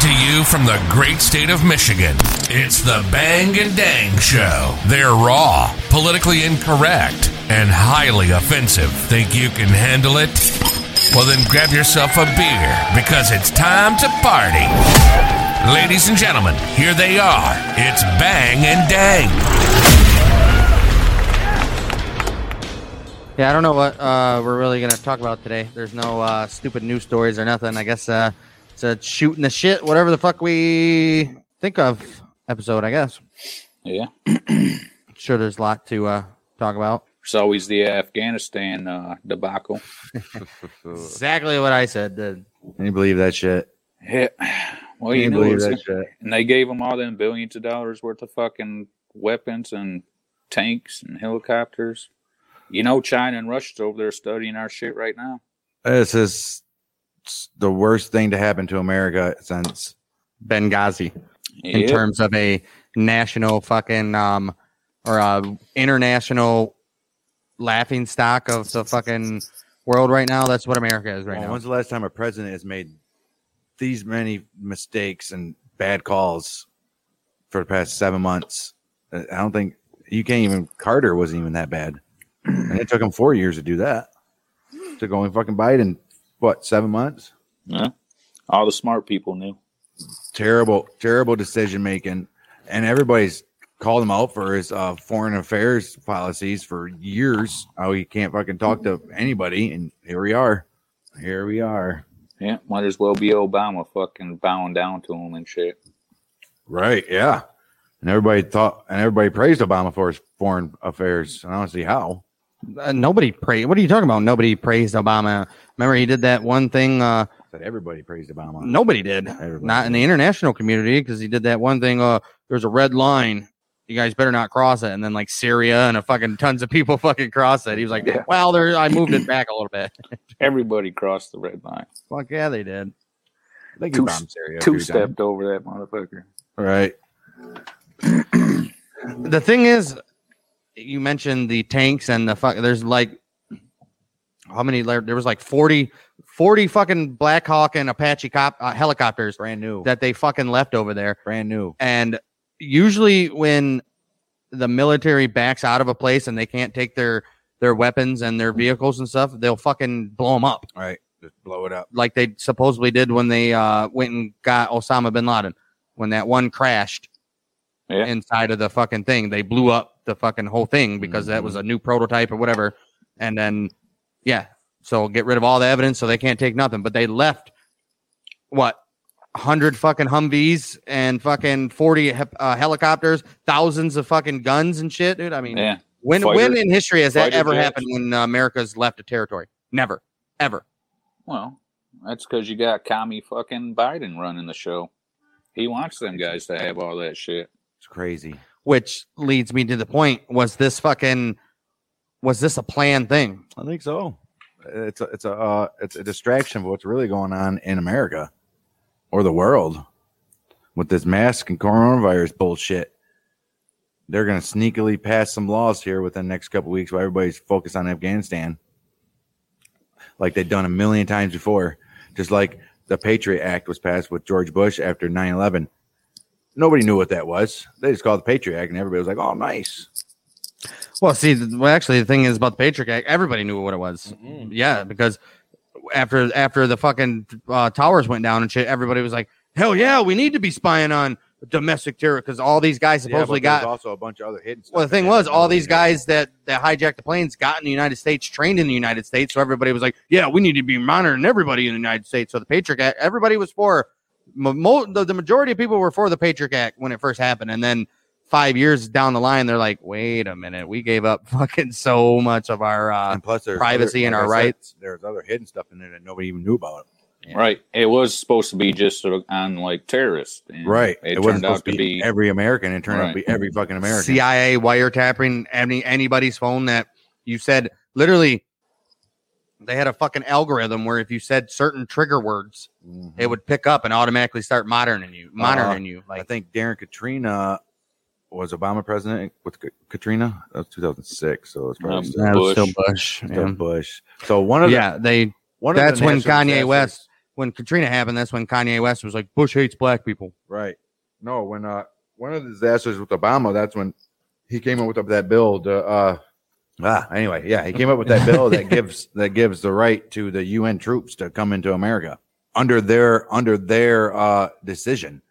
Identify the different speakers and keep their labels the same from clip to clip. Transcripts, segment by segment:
Speaker 1: to you from the great state of Michigan. It's the Bang and Dang Show. They're raw, politically incorrect, and highly offensive. Think you can handle it? Well, then grab yourself a beer because it's time to party. Ladies and gentlemen, here they are. It's Bang and Dang.
Speaker 2: Yeah, I don't know what uh, we're really gonna talk about today. There's no uh, stupid news stories or nothing. I guess uh, it's a shooting the shit, whatever the fuck we think of episode. I guess.
Speaker 3: Yeah.
Speaker 2: Sure, there's a lot to uh, talk about.
Speaker 3: It's always the Afghanistan uh, debacle.
Speaker 2: Exactly what I said. Dude.
Speaker 4: Can you believe that shit?
Speaker 3: Yeah. Well,
Speaker 4: Can
Speaker 3: you
Speaker 4: you
Speaker 3: know,
Speaker 4: believe
Speaker 3: it's,
Speaker 4: that shit?
Speaker 3: and they gave them all them billions of dollars worth of fucking weapons and tanks and helicopters. You know, China and Russia's over there studying our shit right now.
Speaker 4: This is s- the worst thing to happen to America since.
Speaker 2: Benghazi, in
Speaker 3: Yeah.
Speaker 2: terms of a national fucking um, or a international laughing stock of the fucking world right now. That's what America is right
Speaker 4: Well,
Speaker 2: now.
Speaker 4: When's the last time a president has made these many mistakes and bad calls for the past seven months? I I don't think you can't even. Carter wasn't even that bad, and it took him four years to do that. Took only fucking Biden what seven months?
Speaker 3: Yeah. All the smart people knew.
Speaker 4: terrible, terrible decision making, and everybody's called him out for his uh, foreign affairs policies for years. Oh, he can't fucking talk to anybody, and here we are. Here we are.
Speaker 3: Yeah. Might as well be Obama fucking bowing down to them and shit.
Speaker 4: Right? Yeah. And everybody thought, and everybody praised Obama for his foreign affairs. And I don't see how.
Speaker 2: Uh, nobody praised. What are you talking about? Nobody praised Obama. Remember, he did that one thing. Uh,
Speaker 4: That everybody praised Obama.
Speaker 2: nobody did.
Speaker 4: Everybody
Speaker 2: Not in the international community because he did that one thing. Uh, there's a red line. You guys better not cross it. And then like Syria and a fucking tons of people fucking cross it. He was like,
Speaker 3: Yeah.
Speaker 2: "Well, there, I moved it back a little bit."
Speaker 3: Everybody crossed the red line.
Speaker 2: Fuck yeah, they did.
Speaker 4: I think
Speaker 3: two-
Speaker 4: he bombed Syria a few
Speaker 3: Two
Speaker 4: times.
Speaker 3: stepped over that motherfucker.
Speaker 4: Right.
Speaker 2: The thing is, you mentioned the tanks and the fuck. There's like how many? There there was like 40, 40 fucking Black Hawk and Apache cop uh, helicopters
Speaker 4: Brand new.
Speaker 2: that they fucking left over there.
Speaker 4: brand new.
Speaker 2: And usually when the military backs out of a place and they can't take their their weapons and their vehicles and stuff, they'll fucking blow them up
Speaker 4: Right. Just blow it up.
Speaker 2: like they supposedly did when they uh, went and got Osama bin Laden when that one crashed
Speaker 3: Yeah.
Speaker 2: inside of the fucking thing. They blew up the fucking whole thing because that
Speaker 3: Mm-hmm.
Speaker 2: was a new prototype or whatever. And then yeah, so get rid of all the evidence so they can't take nothing. But they left what hundred fucking Humvees and fucking forty he- uh, helicopters, thousands of fucking guns and shit, dude. I
Speaker 4: Mm.
Speaker 2: mean,
Speaker 3: Yeah.
Speaker 2: when
Speaker 3: Fighter-
Speaker 2: when in history has that
Speaker 3: fighter
Speaker 2: ever
Speaker 3: jets.
Speaker 2: happened when uh, America's left a territory? Never, ever.
Speaker 3: Well, that's because you got commie fucking Biden running the show. He wants them guys to have all that shit.
Speaker 4: It's crazy.
Speaker 2: which leads me to the point was this fucking was this a planned thing
Speaker 4: I think so. It's a, it's a uh, it's a distraction of what's really going on in America or the world with this mask and coronavirus bullshit. They're going to sneakily pass some laws here within the next couple weeks while everybody's focused on Afghanistan, like they've done a million times before. Just like the Patriot Act was passed with George Bush after 9 11. Nobody knew what that was. They just called it the Patriot Act, and everybody was like, oh, nice.
Speaker 2: well see th- well actually the thing is about the patriot act everybody knew what it was yeah because after after the fucking uh, towers went down and shit everybody was like hell yeah we need to be spying on domestic terror because all these guys supposedly got
Speaker 4: also a bunch of other hidden
Speaker 2: well the thing was all these guys that that hijacked the planes got in the united states trained in the united states so everybody was like yeah we need to be monitoring everybody in the united states so the patriot act everybody was for mo- mo- the, the majority of people were for the patriot act when it first happened and then five years down the line they're like wait a minute we gave up fucking so much of our uh
Speaker 4: and plus there's
Speaker 2: privacy and our
Speaker 4: I said,
Speaker 2: rights.
Speaker 4: There's other hidden stuff in there that nobody even knew about.
Speaker 3: Right. It was supposed to be just sort of on like terrorists. and It,
Speaker 4: It,
Speaker 3: turned
Speaker 4: wasn't supposed
Speaker 3: out to be.
Speaker 4: every American. It turned out to be
Speaker 3: Right.
Speaker 4: every fucking American.
Speaker 2: cia wiretapping any anybody's phone that you said literally they had a fucking algorithm where if you said certain trigger words
Speaker 4: Mhm.
Speaker 2: it would pick up and automatically start monitoring you, monitoring you.
Speaker 4: Uh-huh. I
Speaker 2: Like
Speaker 4: think Darren Katrina was Obama president with Ka- Katrina. That was 2006, so it's probably
Speaker 3: Um,
Speaker 4: still
Speaker 3: That was Bush. still
Speaker 2: Bush.
Speaker 4: still Bush. So one of the,
Speaker 2: Yeah, they.
Speaker 4: one
Speaker 2: That's
Speaker 4: of the
Speaker 2: when
Speaker 4: natural
Speaker 2: Kanye
Speaker 4: disasters-
Speaker 2: West when Katrina happened, that's when Kanye West was like, Bush hates black people.
Speaker 4: Right. No, when uh one of the disasters with Obama, that's when he came up with that bill to uh ah, anyway, yeah, he came up with that bill that gives that gives the right to the UN troops to come into America under their under their uh decision.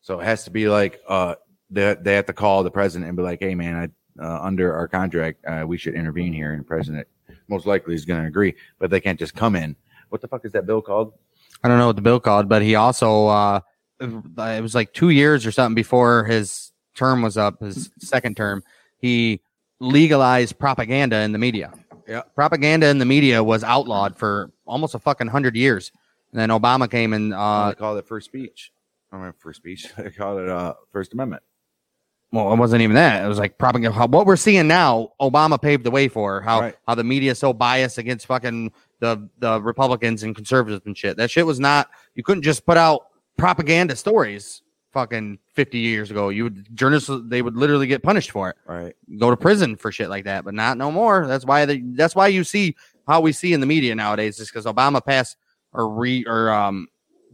Speaker 4: So it has to be like uh they, they have to call the president and be like, "Hey man, I uh, under our contract, uh, we should intervene here." And the president most likely is going to agree, but they can't just come in. What the fuck is that bill called?
Speaker 2: I don't know what the bill called, but he also uh, it was like two years or something before his term was up, his second term. He legalized propaganda in the media.
Speaker 4: Yeah.
Speaker 2: propaganda in the media was outlawed for almost a fucking hundred years, and then Obama came and
Speaker 4: Uh,
Speaker 2: uh,
Speaker 4: they call it first speech. I mean, first speech. They call it uh, First Amendment.
Speaker 2: well, it wasn't even that. It was like propaganda. How, what we're seeing now, Obama paved the way for. How
Speaker 4: Right.
Speaker 2: how the media is so biased against fucking the the Republicans and conservatives and shit. That shit was not. You couldn't just put out propaganda stories. Fucking fifty years ago, you would journalists they would literally get punished for it,
Speaker 4: Right.
Speaker 2: go to prison for shit like that. But not no more. That's why they, that's why you see how we see in the media nowadays is because Obama passed or re or um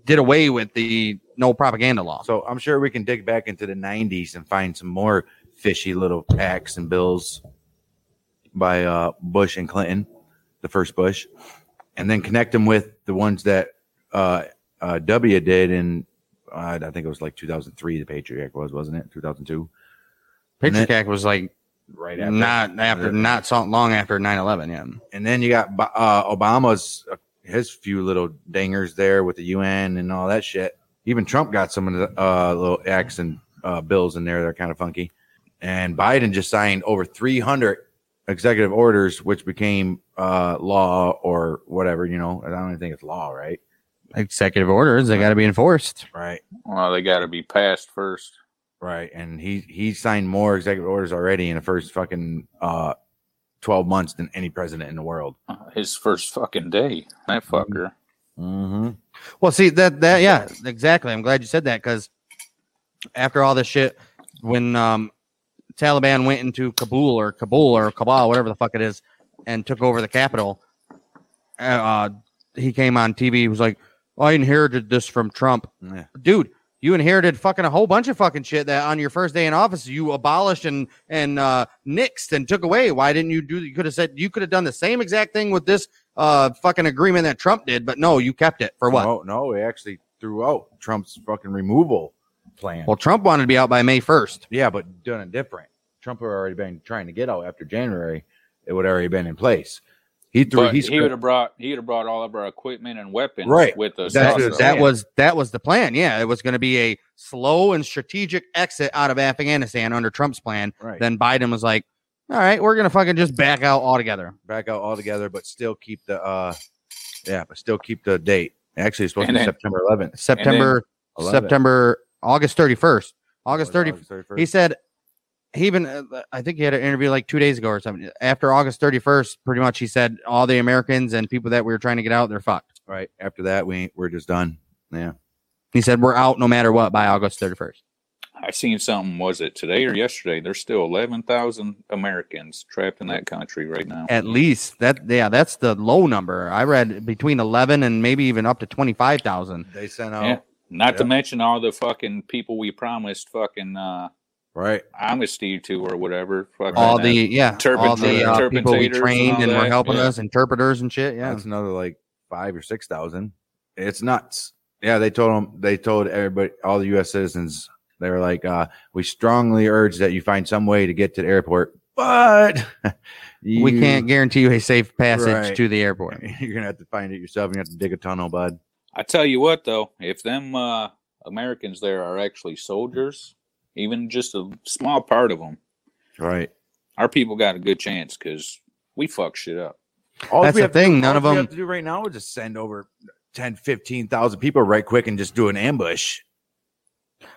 Speaker 2: did away with the no propaganda law.
Speaker 4: So I'm sure we can dig back into the 90s and find some more fishy little acts and bills by uh, Bush and Clinton, the first Bush, and then connect them with the ones that uh, uh, W did in, uh, I think it was like 2003, the Patriot Act was, wasn't it? 2002?
Speaker 2: Patriot Act was like
Speaker 4: Right
Speaker 2: not after not so long after 9-11 yeah
Speaker 4: and then you got Ba- uh, Obama's uh, his few little dingers there with the UN and all that shit. Even Trump got some of the uh, little acts and uh, bills in there that are kind of funky. And Biden just signed over 300 executive orders, which became uh, law or whatever. You know, I don't even think it's law, right?
Speaker 2: executive orders they got to be enforced
Speaker 4: Right,
Speaker 3: Well, they got to be passed first.
Speaker 4: right. And he he signed more executive orders already in the first fucking uh, 12 months than any president in the world.
Speaker 3: His first fucking day, that fucker.
Speaker 4: Mm-hmm.
Speaker 2: well see that that yeah exactly i'm glad you said that because after all this shit when um taliban went into kabul or kabul or kabul whatever the fuck it is and took over the capital uh, uh he came on tv he was like i inherited this from trump
Speaker 4: Yeah.
Speaker 2: dude you inherited fucking a whole bunch of fucking shit that on your first day in office you abolished and and uh nixed and took away why didn't you do you could have said you could have done the same exact thing with this uh fucking agreement that trump did but no you kept it for what
Speaker 4: No, no, it actually threw out Trump's fucking removal plan.
Speaker 2: well trump wanted to be out by may 1st
Speaker 4: yeah, but done it different. Trump had already been trying to get out after January. It would already been in place. He threw.
Speaker 3: But
Speaker 4: he's
Speaker 3: he would have brought he would have brought all of our equipment and weapons
Speaker 4: Right.
Speaker 3: with us.
Speaker 4: That's
Speaker 3: also.
Speaker 4: what I'm
Speaker 2: that
Speaker 4: saying.
Speaker 2: was that was the plan yeah it was going to be a slow and strategic exit out of afghanistan under trump's plan
Speaker 4: right.
Speaker 2: then biden was like all right we're going to fucking just back out altogether
Speaker 4: back out altogether, but still keep the. uh Yeah, but still keep the date. Actually, it's supposed
Speaker 3: And
Speaker 4: to be
Speaker 3: then-
Speaker 4: September 11th.
Speaker 2: september
Speaker 4: 11th.
Speaker 2: september august 31st august 31st
Speaker 4: August 31st.
Speaker 2: He said he even uh, I think he had an interview like two days ago or something. After August 31st, pretty much he said all the Americans and people that we were trying to get out, they're fucked.
Speaker 4: right after that, we ain't, we're just done. Yeah,
Speaker 2: He said we're out no matter what by August 31st.
Speaker 3: I seen something. Was it today or yesterday? There's still eleven thousand Americans trapped in that country right now.
Speaker 2: At least that yeah, that's the low number. I read between 11 and maybe even up to 25,000.
Speaker 4: they sent out
Speaker 3: Yeah. Not to
Speaker 4: Yeah.
Speaker 3: mention all the fucking people we promised fucking uh,
Speaker 4: right.
Speaker 3: amnesty to or whatever. Fucking
Speaker 2: All
Speaker 3: that.
Speaker 2: the yeah,
Speaker 3: Turpent-
Speaker 2: all the uh, people we
Speaker 3: turpentators and
Speaker 2: trained
Speaker 3: all
Speaker 2: and, were
Speaker 3: that,
Speaker 2: helping
Speaker 3: yeah.
Speaker 2: us, interpreters and shit. Yeah,
Speaker 4: That's another like five or six thousand. It's nuts. Yeah, they told them. They told everybody, all the U.S. citizens. They were like, uh, "We strongly urge that you find some way to get to the airport, but
Speaker 2: we
Speaker 4: you-
Speaker 2: can't guarantee you a safe passage
Speaker 4: Right.
Speaker 2: to the airport.
Speaker 4: You're gonna have to find it yourself. You have to dig a tunnel, bud.
Speaker 3: I tell you what, though, if them uh, Americans there are actually soldiers, even just a small part of them,
Speaker 4: Right.
Speaker 3: our people got a good chance because we fuck shit up.
Speaker 4: All
Speaker 2: That's
Speaker 4: we
Speaker 2: the
Speaker 4: have to
Speaker 2: thing,
Speaker 4: do-
Speaker 2: none
Speaker 4: all
Speaker 2: of
Speaker 4: we
Speaker 2: them-
Speaker 4: have to do right now is just send over 10, 15,000 people right quick and just do an ambush.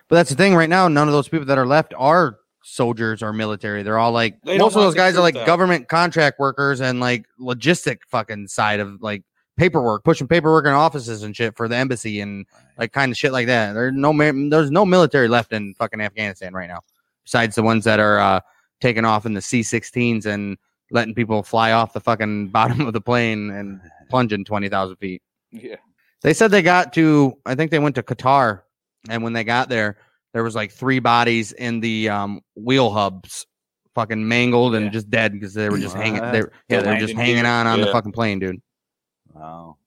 Speaker 2: But that's the thing right now. None of those people that are left are soldiers or military. They're all like
Speaker 3: They don't
Speaker 2: most of
Speaker 3: want
Speaker 2: those
Speaker 3: the
Speaker 2: guys are like
Speaker 3: truth out.
Speaker 2: government contract workers and like logistic fucking side of like paperwork, pushing paperwork in offices and shit for the embassy and like kind of shit like that. There's no ma- there's no military left in fucking Afghanistan right now, besides the ones that are uh, taking off in the C-16s and letting people fly off the fucking bottom of the plane and plunging twenty thousand feet.
Speaker 3: Yeah.
Speaker 2: They said they got to, I think they went to Qatar, and when they got there, there was like three bodies in the um, wheel hubs, fucking mangled and
Speaker 3: Yeah.
Speaker 2: just dead because they were just hanging.
Speaker 4: What?
Speaker 2: They, were- yeah, they were just
Speaker 3: landing
Speaker 2: hanging
Speaker 3: gear.
Speaker 2: on on the
Speaker 3: Yeah.
Speaker 2: fucking plane, dude.
Speaker 4: Wow.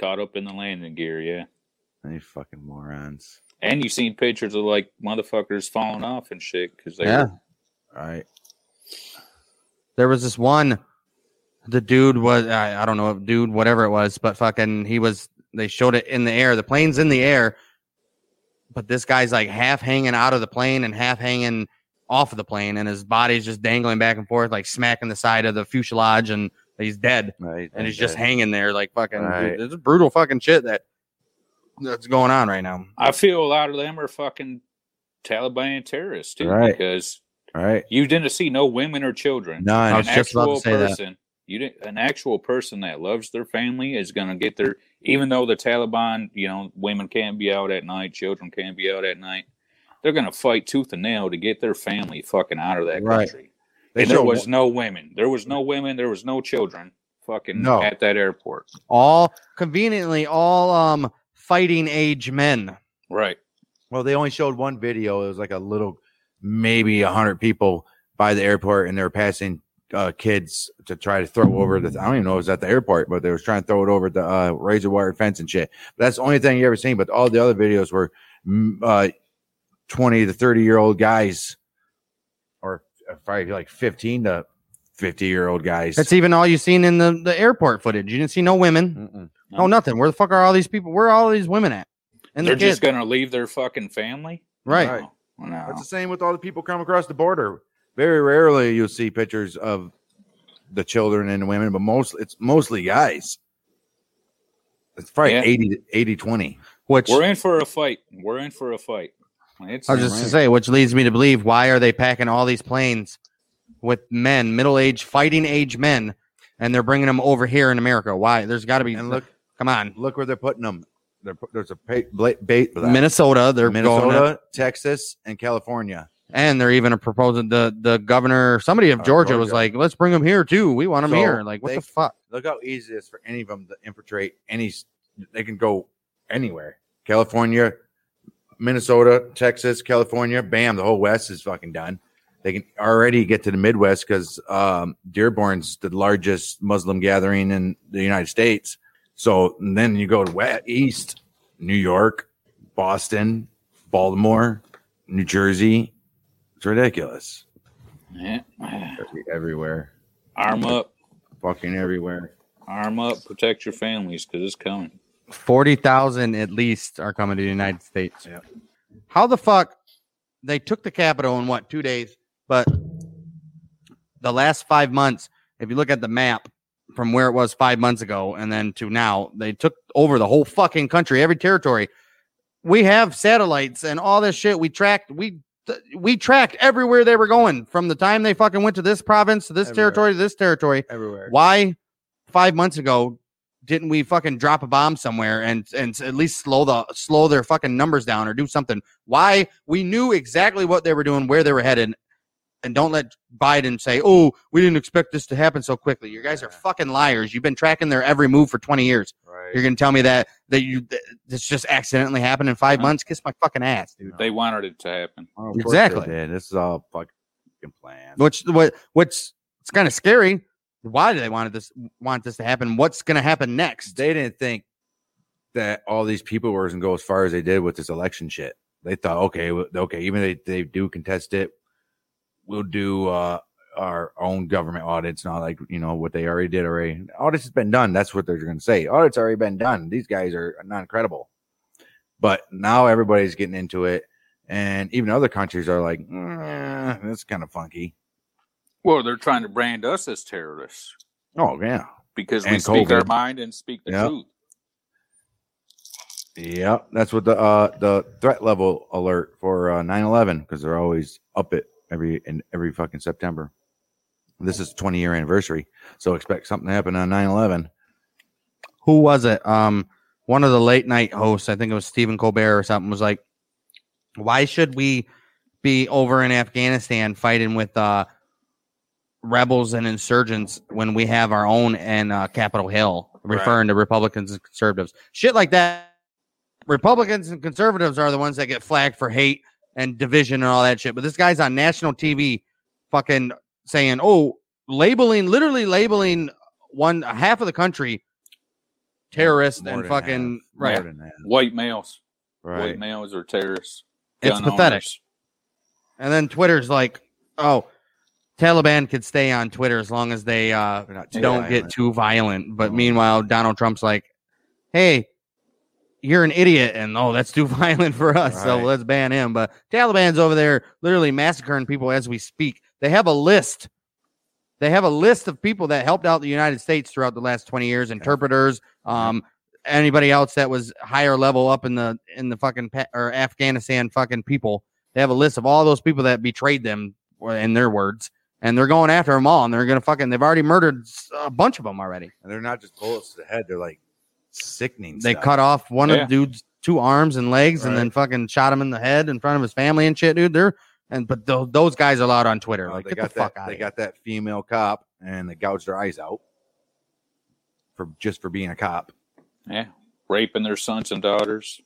Speaker 3: Caught up in the landing gear, yeah.
Speaker 4: They fucking morons.
Speaker 3: And you seen pictures of like motherfuckers falling off and shit because they
Speaker 2: Yeah.
Speaker 3: were
Speaker 4: All right.
Speaker 2: There was this one, the dude was I, I don't know, dude, whatever it was, but fucking he was. They showed it in the air. The plane's in the air, but this guy's like half hanging out of the plane and half hanging off of the plane, and his body's just dangling back and forth, like smacking the side of the fuselage, and he's dead.
Speaker 4: Right.
Speaker 2: and he's just hanging there like fucking
Speaker 4: Right.
Speaker 2: dude, this is brutal fucking shit that that's going on right now.
Speaker 3: I feel a lot of them are fucking Taliban terrorists too,
Speaker 4: Right.
Speaker 3: because
Speaker 4: All right.
Speaker 3: you didn't see no women or children.
Speaker 2: I
Speaker 4: None.
Speaker 2: was just about to say that.
Speaker 3: person, you didn't, an actual person that loves their family is going to get their. Even though the Taliban, you know, women can't be out at night, children can't be out at night. They're going to fight tooth and nail to get their family fucking out of that
Speaker 4: Right.
Speaker 3: country.
Speaker 4: They
Speaker 3: and there
Speaker 4: show
Speaker 3: was no women. There was no women. There was no children. Fucking
Speaker 4: No.
Speaker 3: at that airport.
Speaker 2: All conveniently all um fighting age men.
Speaker 3: Right.
Speaker 4: Well, they only showed one video. It was like a little, maybe a hundred people by the airport, and they were passing uh, kids to try to throw over the. I don't even know if it was at the airport, but they was trying to throw it over the uh, razor wire fence and shit. But that's the only thing you ever seen. But all the other videos were mm, uh, twenty to thirty year old guys, or uh, probably like fifteen to fifty year old guys.
Speaker 2: That's even all you seen in the, the airport footage. You didn't see no women.
Speaker 4: Mm-mm.
Speaker 3: No.
Speaker 2: Oh nothing. Where the fuck are all these people? Where are all these women at? And
Speaker 3: They're
Speaker 2: the kids.
Speaker 3: just going to leave their fucking family.
Speaker 2: right.
Speaker 4: Right.
Speaker 3: No. No.
Speaker 4: That's the same with all the people come across the border. Very rarely you'll see pictures of the children and the women, but most it's mostly guys. It's probably
Speaker 3: Yeah.
Speaker 4: 80, 80 20.
Speaker 2: Which
Speaker 3: We're in for a fight. We're in for a fight. It's
Speaker 2: I was just to say, which leads me to believe why are they packing all these planes with men, middle aged fighting age men, and they're bringing them over here in America? Why? There's got to be.
Speaker 4: And look
Speaker 2: come on,
Speaker 4: look where they're putting them. They're put, there's a pa- bla- bait for that.
Speaker 2: Minnesota. They're going to-
Speaker 4: Minnesota, Texas, and California.
Speaker 2: and they're even proposing the the governor somebody of
Speaker 4: Uh,
Speaker 2: georgia, was
Speaker 4: Georgia.
Speaker 2: like let's bring them here too we want them
Speaker 4: So
Speaker 2: here like what
Speaker 4: they-
Speaker 2: the fuck
Speaker 4: Look how easy it is for any of them to infiltrate any. s- They can go anywhere. California, Minnesota, Texas, California. Bam, the whole West is fucking done. They can already get to the Midwest because um, Dearborn's the largest Muslim gathering in the United States. So and then you go to west, East, New York, Boston, Baltimore, New Jersey. It's ridiculous.
Speaker 3: Yeah.
Speaker 4: Every- Everywhere,
Speaker 3: Arm up.
Speaker 4: fucking everywhere.
Speaker 3: Arm up. Protect your families because it's coming.
Speaker 2: 40,000 at least are coming to the united states
Speaker 4: Yep.
Speaker 2: how the fuck they took the capital in what two days but the last 5 months if you look at the map from where it was 5 months ago and then to now they took over the whole fucking country every territory we have satellites and all this shit we tracked we we tracked everywhere they were going from the time they fucking went to this province to this
Speaker 4: Everywhere.
Speaker 2: territory to this territory
Speaker 4: Everywhere.
Speaker 2: why five months ago didn't we fucking drop a bomb somewhere and and s- at least slow the slow their fucking numbers down or do something? Why we knew exactly what they were doing, where they were headed, and don't let Biden say, "Oh, we didn't expect this to happen so quickly." You guys are
Speaker 4: Yeah.
Speaker 2: fucking liars. You've been tracking their every move for twenty years.
Speaker 4: Right.
Speaker 2: You're gonna tell me that that you th- this just accidentally happened in five
Speaker 3: Yeah.
Speaker 2: months? Kiss my fucking ass, dude.
Speaker 3: They wanted it to happen.
Speaker 4: Oh, of course
Speaker 2: Exactly.
Speaker 4: they did. This is all fucking planned.
Speaker 2: Which what what's it's kind of scary. Why do they want this want this to happen? What's gonna happen next?
Speaker 4: They didn't think that all these people were going to go as far as they did with this election shit. They thought, okay, w- okay, even they they do contest it, we'll do uh, our own government audits, not like you know what they already did already. Audits has been done. That's what they're going to say. Audits already been done. These guys are not credible. But now everybody's getting into it, and even other countries are like, "Eh, that's kind of funky.
Speaker 3: Well, they're trying to brand us as terrorists
Speaker 4: Oh yeah,
Speaker 3: because we
Speaker 4: And
Speaker 3: speak our
Speaker 4: COVID.
Speaker 3: mind and speak the
Speaker 4: Yeah.
Speaker 3: truth.
Speaker 4: Yeah, that's what the uh the threat level alert for uh 9/11 because they're always up it every in every fucking September. This is 20 year anniversary, so expect something to happen on 9/11.
Speaker 2: who was it? Um, one of the late night hosts, I think it was Stephen Colbert or something, was like, "Why should we be over in Afghanistan fighting with uh, rebels and insurgents when we have our own in uh, Capitol Hill?"
Speaker 3: Right.
Speaker 2: referring to Republicans and conservatives. Shit like that. Republicans and conservatives are the ones that get flagged for hate and division and all that shit. But this guy's on national TV fucking saying, oh, labeling, literally labeling one half of the country terrorist
Speaker 4: More
Speaker 2: and
Speaker 4: than
Speaker 2: fucking
Speaker 4: half.
Speaker 2: right.
Speaker 4: More than that.
Speaker 3: White males. White
Speaker 4: Right.
Speaker 3: males are terrorists.
Speaker 2: It's
Speaker 3: gun
Speaker 2: pathetic.
Speaker 3: owners.
Speaker 2: And then Twitter's like, oh, Taliban could stay on Twitter as long as they uh,
Speaker 4: They're not too
Speaker 2: don't
Speaker 4: violent.
Speaker 2: get too violent. But
Speaker 4: Oh.
Speaker 2: meanwhile, Donald Trump's like, hey, you're an idiot. And oh, that's too violent for us. So
Speaker 4: Right.
Speaker 2: let's ban him. But Taliban's over there literally massacring people as we speak. They have a list. They have a list of people that helped out the United States throughout the last 20 years, interpreters, um, anybody else that was higher level up in the in the fucking pa- or Afghanistan fucking people. They have a list of all those people that betrayed them or- in their words, and they're going after them all, and they're gonna fucking they've already murdered s- a bunch of them already.
Speaker 4: And they're not just bullets to the head. They're like sickening.
Speaker 2: They
Speaker 4: stuff.
Speaker 2: cut off one
Speaker 3: Yeah.
Speaker 2: of the dude's two arms and legs, and then fucking shot him in the head in front of his family and shit, dude. They're and but tho- those guys are allowed on Twitter.
Speaker 4: Oh,
Speaker 2: like,
Speaker 4: they
Speaker 2: get the
Speaker 4: got
Speaker 2: fuck
Speaker 4: that.
Speaker 2: out.
Speaker 4: they got that female cop, and they gouged their eyes out for just for being a cop.
Speaker 3: Yeah. Raping their sons and daughters.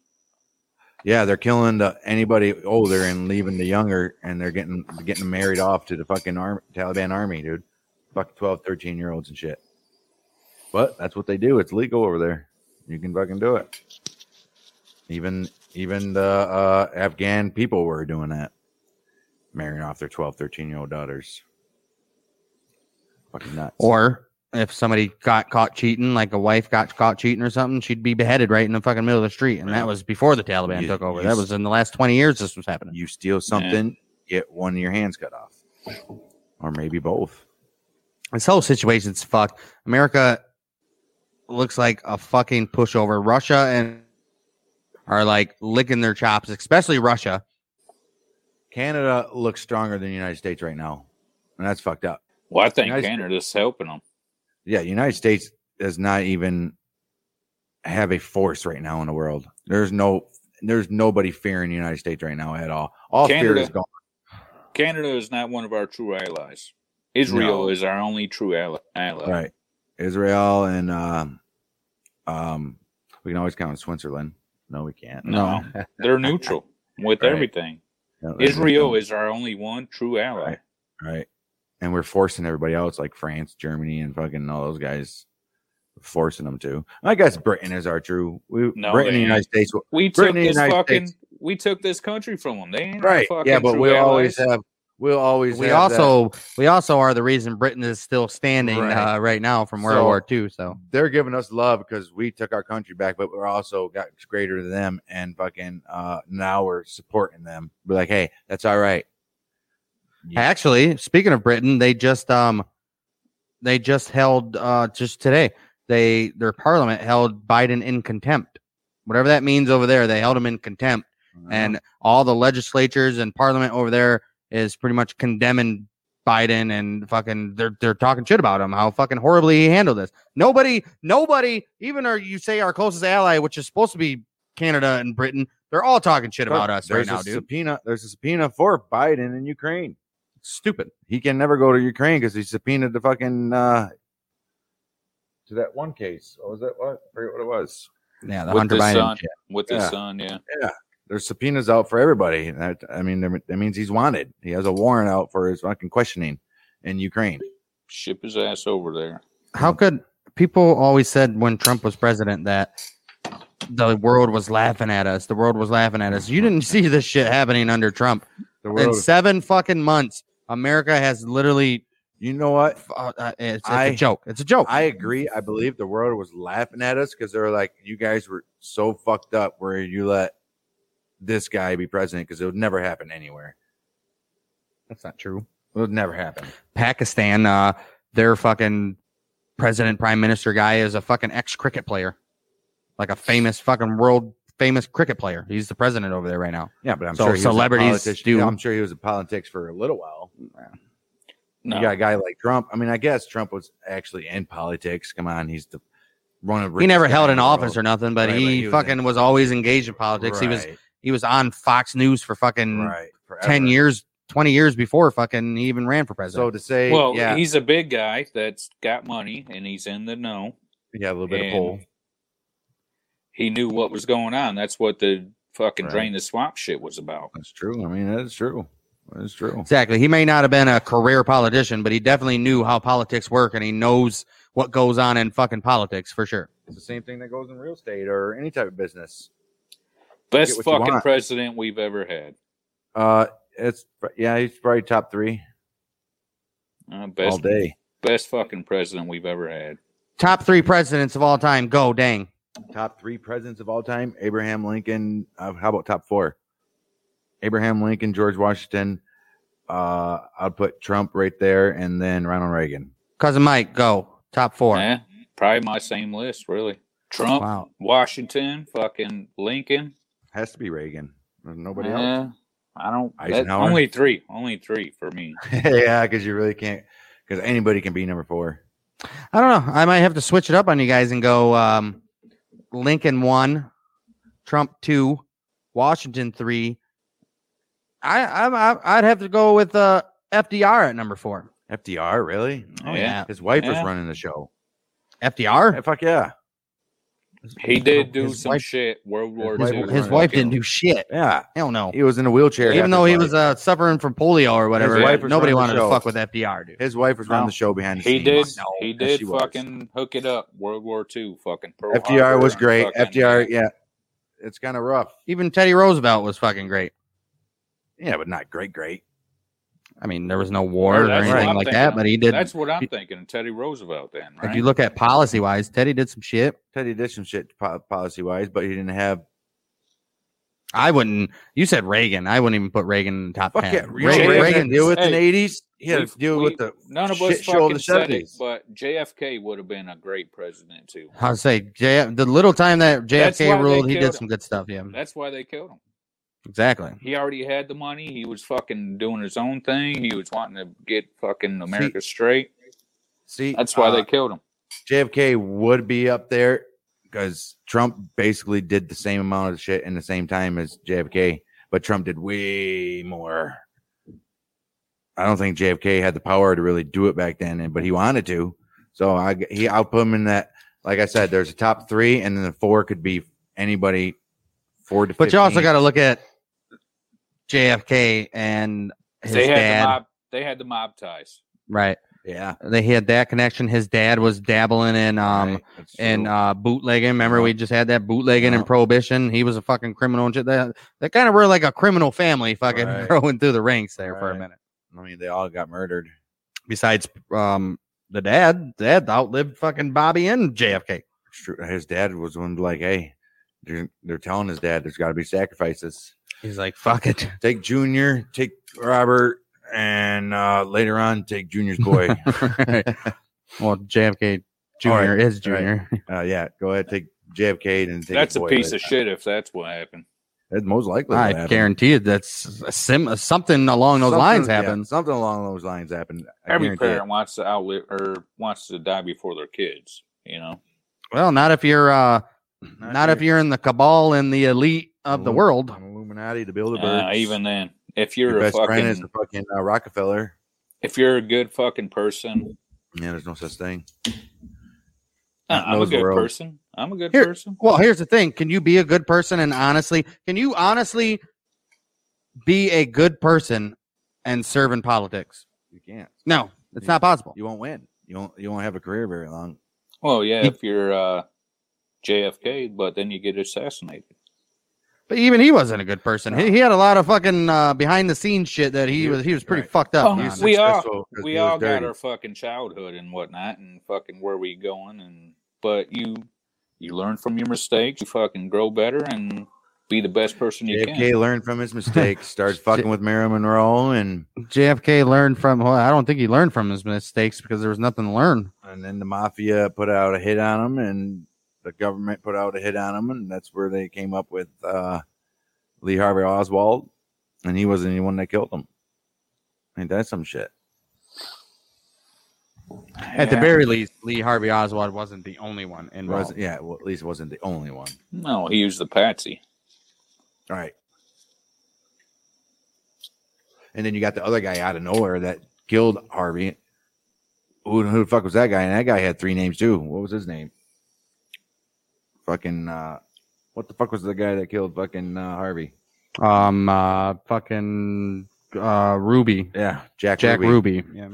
Speaker 4: Yeah, they're killing the, anybody older and leaving the younger, and they're getting getting married off to the fucking arm, Taliban army, dude. Fuck 12, 13 year olds and shit. But that's what they do. It's legal over there. You can fucking do it. Even even the uh, Afghan people were doing that, marrying off their 12, 13 year old daughters. Fucking nuts.
Speaker 2: Or if somebody got caught cheating, like a wife got caught cheating or something, she'd be beheaded right in the fucking middle of the street. And
Speaker 4: Yeah.
Speaker 2: that was before the Taliban
Speaker 4: You-
Speaker 2: took over.
Speaker 4: you
Speaker 2: That
Speaker 4: s-
Speaker 2: was in the last 20 years this was happening.
Speaker 4: you steal something, get one of your hands cut off, or maybe both.
Speaker 2: This whole situation's fucked. America looks like a fucking pushover. Russia and are like licking their chops, especially Russia.
Speaker 4: Canada looks stronger than the United States right now, and that's fucked up.
Speaker 3: Well, I think
Speaker 4: Nice.
Speaker 3: Canada's helping them.
Speaker 4: Yeah, the United States does not even have a force right now in the world. There's no, there's nobody fearing the United States right now at all. All fear
Speaker 3: Canada.
Speaker 4: is gone.
Speaker 3: Canada is not one of our true allies. Israel
Speaker 4: No.
Speaker 3: is our only true ally. ally.
Speaker 4: Right, Israel and um, um, we can always count on Switzerland. No, we can't.
Speaker 3: No, they're neutral with
Speaker 4: Right.
Speaker 3: everything.
Speaker 4: No, there's
Speaker 3: Israel
Speaker 4: no-
Speaker 3: is our only one true ally.
Speaker 4: Right. right? And we're forcing everybody else, like France, Germany, and fucking all those guys, forcing them to. I guess Britain is our true. We,
Speaker 3: No,
Speaker 4: Britain,
Speaker 3: they
Speaker 4: and the United
Speaker 3: ain't.
Speaker 4: States. will-
Speaker 3: We took
Speaker 4: Britain and the
Speaker 3: this
Speaker 4: United
Speaker 3: fucking
Speaker 4: States.
Speaker 3: we took this country from them. They ain't our
Speaker 4: Right?
Speaker 3: fucking
Speaker 4: Yeah, but
Speaker 3: true
Speaker 4: we'll
Speaker 3: allies.
Speaker 4: always have. We'll always.
Speaker 2: We
Speaker 4: have
Speaker 2: also we also are the reason Britain is still standing
Speaker 4: Right.
Speaker 2: uh, right now from World
Speaker 4: So-
Speaker 2: War II. So
Speaker 4: that. They're giving us love because we took our country back, but we're also got greater than them, and fucking uh, now we're supporting them. We're like, hey, that's all right. Yeah.
Speaker 2: Actually, speaking of Britain, they just um they just held uh just today. They their parliament held Biden in contempt. Whatever that means over there, they held him in contempt
Speaker 4: Uh-huh.
Speaker 2: and all the legislatures and parliament over there is pretty much condemning Biden and fucking they're they're talking shit about him how fucking horribly he handled this. Nobody nobody even our you say our closest ally which is supposed to be Canada and Britain, they're all talking shit about us right
Speaker 4: there's
Speaker 2: now,
Speaker 4: a
Speaker 2: dude.
Speaker 4: subpoena. There's a subpoena for Biden in Ukraine.
Speaker 2: Stupid.
Speaker 4: he can never go to Ukraine because he subpoenaed the fucking uh to that one case. What was that? What I forget what it was.
Speaker 2: Yeah, the
Speaker 3: With
Speaker 2: Hunter
Speaker 3: the
Speaker 2: Biden
Speaker 3: son.
Speaker 2: shit.
Speaker 3: with the
Speaker 4: Yeah.
Speaker 3: son. Yeah,
Speaker 4: There's subpoenas out for everybody. That I mean, that that means he's wanted. He has a warrant out for his fucking questioning in Ukraine.
Speaker 3: ship his ass over there.
Speaker 2: How could people always said when Trump was president that the world was laughing at us? The world was laughing at us. You didn't see this shit happening under Trump.
Speaker 4: The
Speaker 2: In
Speaker 4: world,
Speaker 2: seven fucking months, America has literally.
Speaker 4: you know what?
Speaker 2: f- Uh, uh, it's, it's a
Speaker 4: I-
Speaker 2: joke. It's a joke.
Speaker 4: I agree. I believe the world was laughing at us because they were like, "You guys were so fucked up where you let this guy be president because it would never happen anywhere.
Speaker 2: That's not true.
Speaker 4: It would never happen."
Speaker 2: Pakistan, uh, their fucking president, prime minister guy is a fucking ex cricket player, like a famous fucking world famous cricket player. He's the president over there right now.
Speaker 4: Yeah, but I'm
Speaker 2: So
Speaker 4: sure he was in
Speaker 2: celebrities
Speaker 4: politics-
Speaker 2: do-
Speaker 4: I'm sure he was in politics for a little while.
Speaker 3: No,
Speaker 4: You got a guy like Trump. I mean, I guess Trump was actually in politics. Come on, he's the running.
Speaker 2: He never held an office or nothing, but
Speaker 4: Right,
Speaker 2: he,
Speaker 4: but he was
Speaker 2: fucking
Speaker 4: in-
Speaker 2: was always engaged in politics. He was he was on Fox News for fucking
Speaker 4: right forever.
Speaker 2: 10 years, 20 years before fucking he even ran for
Speaker 4: So
Speaker 2: president.
Speaker 4: to say,
Speaker 3: well,
Speaker 4: yeah,
Speaker 3: he's a big guy that's got money and he's in the know.
Speaker 4: Yeah, a little bit
Speaker 3: And-
Speaker 4: of pull.
Speaker 3: He knew what was going on. That's what the fucking
Speaker 4: Right.
Speaker 3: drain the swamp shit was about.
Speaker 4: That's true. I mean, that is true. That is true.
Speaker 2: Exactly. He may not have been a career politician, but he definitely knew how politics work and he knows what goes on in fucking politics for sure.
Speaker 4: It's the same thing that goes in real estate or any type of business.
Speaker 3: Best
Speaker 4: what you
Speaker 3: fucking
Speaker 4: want.
Speaker 3: president we've ever had.
Speaker 4: Uh, it's yeah, he's probably top three
Speaker 3: Uh, best
Speaker 4: all day.
Speaker 3: best fucking president we've ever had.
Speaker 2: Top three presidents of all time. Go, dang.
Speaker 4: Top three presidents of all time: Abraham Lincoln. Uh, how about top four? Abraham Lincoln, George Washington. Uh, I'll put Trump right there, and then Ronald Reagan.
Speaker 2: Cousin Mike, go. Top four.
Speaker 3: Yeah, probably my same list, really. Trump,
Speaker 2: Wow.
Speaker 3: Washington, fucking Lincoln.
Speaker 4: Has to be Reagan. There's nobody else.
Speaker 3: Yeah, I don't. that-
Speaker 4: Eisenhower.
Speaker 3: only three. Only three for me.
Speaker 4: yeah, because you really can't. Because anybody can be number four.
Speaker 2: I don't know. I might have to switch it up on you guys and go um, Lincoln one, Trump two, Washington three. I, I I- I'd have to go with uh, FDR at number four.
Speaker 4: FDR, really?
Speaker 3: Oh, yeah.
Speaker 4: His wife was
Speaker 3: Yeah.
Speaker 4: running the show.
Speaker 2: FDR.
Speaker 4: Hey, fuck yeah.
Speaker 3: He did do
Speaker 2: His
Speaker 3: some
Speaker 2: wife-
Speaker 3: shit. World War
Speaker 4: wife
Speaker 3: II.
Speaker 4: was
Speaker 2: His
Speaker 4: running
Speaker 2: wife
Speaker 4: the show.
Speaker 2: didn't do shit.
Speaker 4: Yeah.
Speaker 2: Hell no.
Speaker 4: He was in a wheelchair. half
Speaker 2: Even though
Speaker 4: his
Speaker 2: he
Speaker 4: life.
Speaker 2: was uh, suffering from polio or whatever,
Speaker 4: wife was
Speaker 2: nobody
Speaker 4: running the
Speaker 2: wanted to
Speaker 4: show.
Speaker 2: fuck with FDR, dude.
Speaker 4: his wife was running
Speaker 3: No.
Speaker 4: the show behind the
Speaker 3: He
Speaker 4: scenes.
Speaker 3: did.
Speaker 2: No,
Speaker 3: he
Speaker 4: yes,
Speaker 3: did
Speaker 4: she was.
Speaker 3: fucking hook it up. World War II. Fucking Pearl
Speaker 4: FDR was
Speaker 3: Harbor,
Speaker 4: great.
Speaker 3: fucking-
Speaker 4: FDR, yeah. It's kind of rough.
Speaker 2: Even Teddy Roosevelt was fucking great.
Speaker 4: Yeah, but not great, great.
Speaker 2: I mean, there was no war or
Speaker 3: That's what
Speaker 2: anything
Speaker 3: I'm
Speaker 2: like
Speaker 3: thinking
Speaker 2: that,
Speaker 3: of.
Speaker 2: but he did.
Speaker 3: That's what I'm thinking. Teddy Roosevelt. Then, right?
Speaker 2: If you look at policy wise, Teddy did some shit.
Speaker 4: Teddy did some shit policy wise, but he didn't have.
Speaker 2: I wouldn't. You said Reagan. I wouldn't even put Reagan in the top
Speaker 4: Fuck
Speaker 2: ten.
Speaker 4: yeah.
Speaker 2: Reagan,
Speaker 3: Reagan-
Speaker 4: Reagan deal with
Speaker 3: Hey,
Speaker 4: the 80s. He had
Speaker 3: we've-
Speaker 4: to deal
Speaker 3: we-
Speaker 4: with the.
Speaker 3: none of us
Speaker 4: shit show
Speaker 3: fucking
Speaker 4: of the
Speaker 3: said it,
Speaker 4: 70s.
Speaker 3: but JFK would have been a great president too.
Speaker 2: I'll say J- the little time that
Speaker 3: That's why
Speaker 2: JFK
Speaker 3: they
Speaker 2: ruled, he did
Speaker 3: killed
Speaker 2: some good stuff. Yeah,
Speaker 3: That's why they killed him.
Speaker 2: exactly.
Speaker 3: He already had the money. He was fucking doing his own thing. He was wanting to get fucking America straight.
Speaker 4: See,
Speaker 3: That's why
Speaker 4: uh,
Speaker 3: they killed him.
Speaker 4: JFK would be up there because Trump basically did the same amount of shit in the same time as JFK, but Trump did way more. I don't think JFK had the power to really do it back then, and but he wanted to. So I g- he I'll put him in that. Like I said, there's a top three, and then the four could be anybody. Four to.
Speaker 2: But you also
Speaker 4: 15.
Speaker 2: got to look at JFK and his
Speaker 3: They had
Speaker 2: dad.
Speaker 3: the mob. They had the mob ties.
Speaker 2: Right,
Speaker 4: yeah.
Speaker 2: they had that connection. His dad was dabbling in um
Speaker 4: right, that's
Speaker 2: and
Speaker 4: true.
Speaker 2: uh bootlegging. Remember, we just had that bootlegging
Speaker 4: Yeah.
Speaker 2: and prohibition. He was a fucking criminal and shit. That that kind of were like a criminal family, fucking
Speaker 4: Right.
Speaker 2: growing through the ranks there for a
Speaker 4: Right.
Speaker 2: minute.
Speaker 4: I mean, they all got murdered.
Speaker 2: Besides, um, the dad, dad outlived fucking Bobby and JFK.
Speaker 4: It's true. His dad was the one like, hey, they're, they're telling his dad there's got to be sacrifices.
Speaker 2: He's like, fuck it.
Speaker 4: take Junior, take Robert, and uh, later on take Junior's boy.
Speaker 2: Well, JFK Jr.
Speaker 4: All right.
Speaker 2: is Junior.
Speaker 4: uh, yeah, go ahead, take JFK and take.
Speaker 3: That's
Speaker 4: his
Speaker 3: a
Speaker 4: boy
Speaker 3: piece
Speaker 4: later.
Speaker 3: of shit if that's what happened.
Speaker 4: That's most likely. what
Speaker 2: I
Speaker 4: happened.
Speaker 2: guarantee you that's a sim- something along those
Speaker 4: Something-
Speaker 2: lines
Speaker 4: yeah,
Speaker 2: happens.
Speaker 4: something along those lines happened. I
Speaker 3: Every
Speaker 4: guarantee it.
Speaker 3: parent wants to outlive or wants to die before their kids. You know.
Speaker 2: Well, not if you're uh not, if you're in the cabal and the elite of the
Speaker 4: Ooh.
Speaker 2: world.
Speaker 4: An Illuminati, the Bilderberg.
Speaker 3: Uh, even then, if
Speaker 4: your
Speaker 3: you're a
Speaker 4: best friend is
Speaker 3: fucking,
Speaker 4: the fucking uh, Rockefeller.
Speaker 3: if you're a good fucking person,
Speaker 4: Yeah, there's no such thing.
Speaker 3: Uh, I'm a
Speaker 4: Knows the
Speaker 3: good
Speaker 4: world.
Speaker 3: person. I'm a good
Speaker 2: Here-
Speaker 3: person.
Speaker 2: Well, here's the thing. Can you be a good person and honestly, can you honestly be a good person and serve in politics?
Speaker 4: You can't.
Speaker 2: No, it's not possible.
Speaker 4: You won't win. You won't. You won't have a career very long.
Speaker 3: Well, yeah,
Speaker 2: He-
Speaker 3: if you're uh, JFK, but then you get assassinated.
Speaker 2: But even he wasn't a good person. He, he had a lot of fucking uh, behind the scenes shit that he
Speaker 4: You-
Speaker 2: was he was pretty
Speaker 4: right.
Speaker 2: fucked up.
Speaker 3: Oh,
Speaker 2: on.
Speaker 4: He's
Speaker 3: we all-
Speaker 4: successful 'cause
Speaker 3: We
Speaker 4: he was
Speaker 3: all got
Speaker 4: dirty.
Speaker 3: our fucking childhood and whatnot, and fucking where we going, and but you you learn from your mistakes, you fucking grow better, and be the best person you
Speaker 4: JFK learned from his mistakes. Started fucking with Marilyn Monroe and.
Speaker 2: JFK learned from well, I don't think he learned from his mistakes because there was nothing to learn.
Speaker 4: and then the mafia put out a hit on them, and the government put out a hit on them, and that's where they came up with uh, Lee Harvey Oswald, and he wasn't the one that killed him. Ain't that some shit?
Speaker 3: can.
Speaker 2: At the
Speaker 3: Yeah.
Speaker 2: very least, Lee Harvey Oswald wasn't the only one
Speaker 4: It
Speaker 2: involved.
Speaker 4: wasn't, yeah, well, at least it wasn't the only one.
Speaker 3: no, he was the patsy.
Speaker 4: All right. And then you got the other guy out of nowhere that killed Harvey. Who, who the fuck was that guy? And that guy had three names too. What was his name? fucking uh, what the fuck was the guy that killed fucking uh, Harvey?
Speaker 2: Um, uh, fucking uh, Ruby,
Speaker 4: Yeah, Jack
Speaker 2: Jack
Speaker 4: Ruby.
Speaker 2: Ruby. Yeah.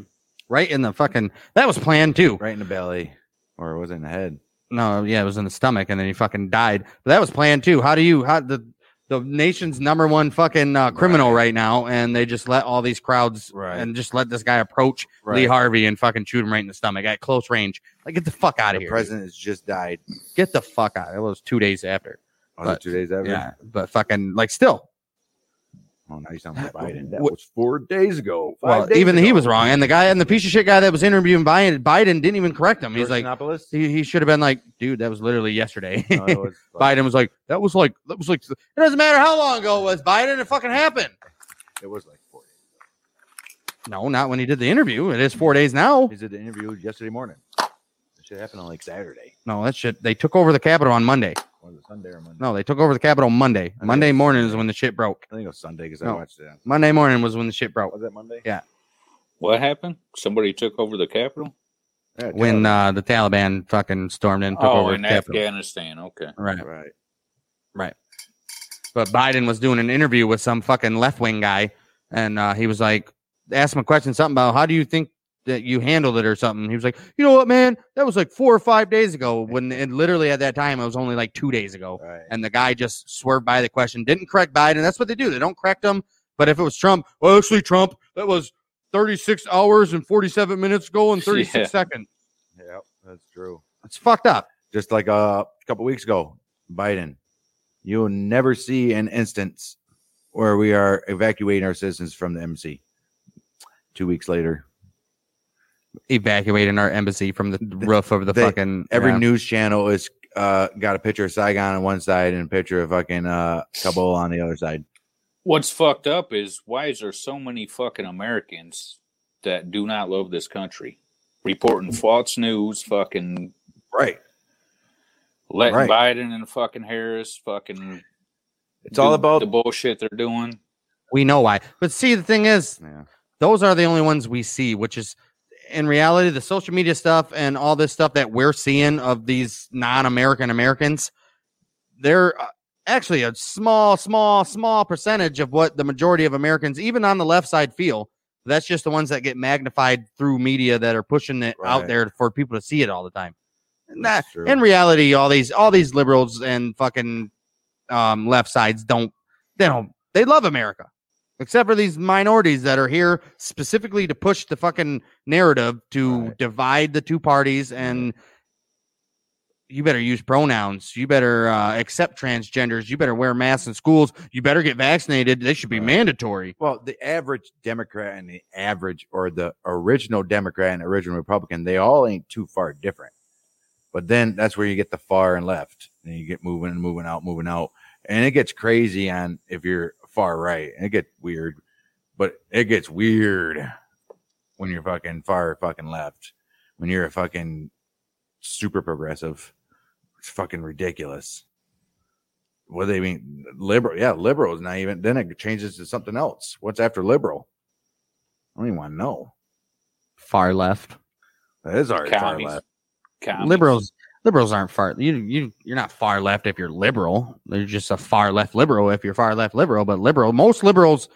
Speaker 2: Right in the fucking. That was planned too.
Speaker 4: right in the belly, or was it in the head?
Speaker 2: No, yeah, it was in the stomach, and then he fucking died. But that was planned too. How do you? How the the nation's number one fucking uh, criminal right. now, and they just let all these crowds
Speaker 4: Right.
Speaker 2: and just let this guy approach Lee Harvey and fucking shoot him right in the stomach at close range. Like, get the fuck out
Speaker 4: the
Speaker 2: of here. dude.
Speaker 4: president has just died.
Speaker 2: Get the fuck out. It was two days after.
Speaker 4: Was it
Speaker 2: But-
Speaker 4: two days after?
Speaker 2: Yeah, but fucking like still.
Speaker 4: Oh, now you sound like Biden. That
Speaker 2: Wh-
Speaker 4: was four days ago. Five
Speaker 2: Well,
Speaker 4: days
Speaker 2: even he
Speaker 4: ago.
Speaker 2: was wrong, and the guy and the piece of shit guy that was interviewing Biden, Biden didn't even correct him. He's
Speaker 4: George
Speaker 2: like,
Speaker 4: Stephanopoulos?
Speaker 2: he, he should have been like, dude, that was literally yesterday.
Speaker 4: No, it was fucking-
Speaker 2: Biden was like, that was like, that was like, it doesn't matter how long ago it was, Biden, it fucking happened.
Speaker 4: It was like four. days.
Speaker 2: No, not when he did the interview. It is four days now.
Speaker 4: He did the interview yesterday morning. It should happen on like Saturday.
Speaker 2: No, that shit. They took over the Capitol on Monday.
Speaker 4: Was it Sunday or Monday?
Speaker 2: No, they took over the Capitol Monday.
Speaker 4: I
Speaker 2: Monday
Speaker 4: think-
Speaker 2: morning is when the shit broke.
Speaker 4: I think it was Sunday because I
Speaker 2: No.
Speaker 4: watched it. on-
Speaker 2: Monday morning was when the shit broke.
Speaker 4: Was that Monday?
Speaker 3: What happened? Somebody took over the Capitol?
Speaker 4: Yeah,
Speaker 2: When
Speaker 4: Taylor.
Speaker 2: uh, the Taliban fucking stormed in, took
Speaker 3: Oh,
Speaker 2: over
Speaker 3: in
Speaker 2: the Capitol.
Speaker 3: Afghanistan. Okay.
Speaker 2: Right.
Speaker 4: right.
Speaker 2: but Biden was doing an interview with some fucking left wing guy, and uh, he was like, asked him a question, something about how do you think that you handled it or something. He was like, you know what, man, that was like four or five days ago. When it literally at that time, it was only like two days ago.
Speaker 4: Right.
Speaker 2: And the guy just swerved by the question, didn't correct Biden. That's what they do. They don't correct him. But if it was Trump, well, actually, Trump, that was 36 hours and 47 minutes ago and 36
Speaker 3: Yeah.
Speaker 2: seconds.
Speaker 4: Yeah, that's true.
Speaker 2: It's fucked up.
Speaker 4: just like uh, a couple weeks ago, Biden. You'll never see an instance where we are evacuating our citizens from the embassy. Two weeks later,
Speaker 2: Evacuating our embassy from the roof of the
Speaker 4: They-
Speaker 2: fucking
Speaker 4: every
Speaker 2: Yeah.
Speaker 4: news channel is uh, got a picture of Saigon on one side and a picture of fucking uh, Kabul on the other side.
Speaker 3: What's fucked up is why is there so many fucking Americans that do not love this country?
Speaker 4: Mm.
Speaker 3: Reporting false news, fucking
Speaker 4: Right.
Speaker 3: letting
Speaker 4: Right.
Speaker 3: Biden and fucking Harris fucking
Speaker 4: It's
Speaker 3: do
Speaker 4: all about.
Speaker 3: the bullshit they're doing.
Speaker 2: we know why. But see, the thing is,
Speaker 4: yeah.
Speaker 2: those are the only ones we see which is in reality the social media stuff and all this stuff that we're seeing of these non-american americans they're uh, actually a small small small percentage of what the majority of americans even on the left side feel that's just the ones that get magnified through media that are pushing it out
Speaker 4: Right.
Speaker 2: there for people to see it all the time And that,
Speaker 4: That's true.
Speaker 2: in reality all these all these liberals and fucking um, left sides don't they don't they love america except for these minorities that are here specifically to push the fucking narrative to
Speaker 4: Right.
Speaker 2: divide the two parties and you better use pronouns you better uh, accept transgenders you better wear masks in schools you better get vaccinated they should be
Speaker 4: Right.
Speaker 2: mandatory
Speaker 4: Well, the average Democrat and the average or the original Democrat and original Republican, they all ain't too far different. But then that's where you get the far and left. And you get moving and moving out, moving out. And it gets crazy on if you're far right. And it gets weird. But it gets weird when you're fucking far fucking left. When you're a fucking super progressive. It's fucking ridiculous. What do they mean? Liberal. Yeah, liberal is not even. Then it changes to something else. What's after liberal? I don't even want to know.
Speaker 2: far left
Speaker 4: That is already far
Speaker 3: Commies.
Speaker 4: left.
Speaker 3: Commies.
Speaker 2: liberals liberals aren't far you you you're not far left if you're liberal you're just a far left liberal if you're far left liberal but liberal most liberals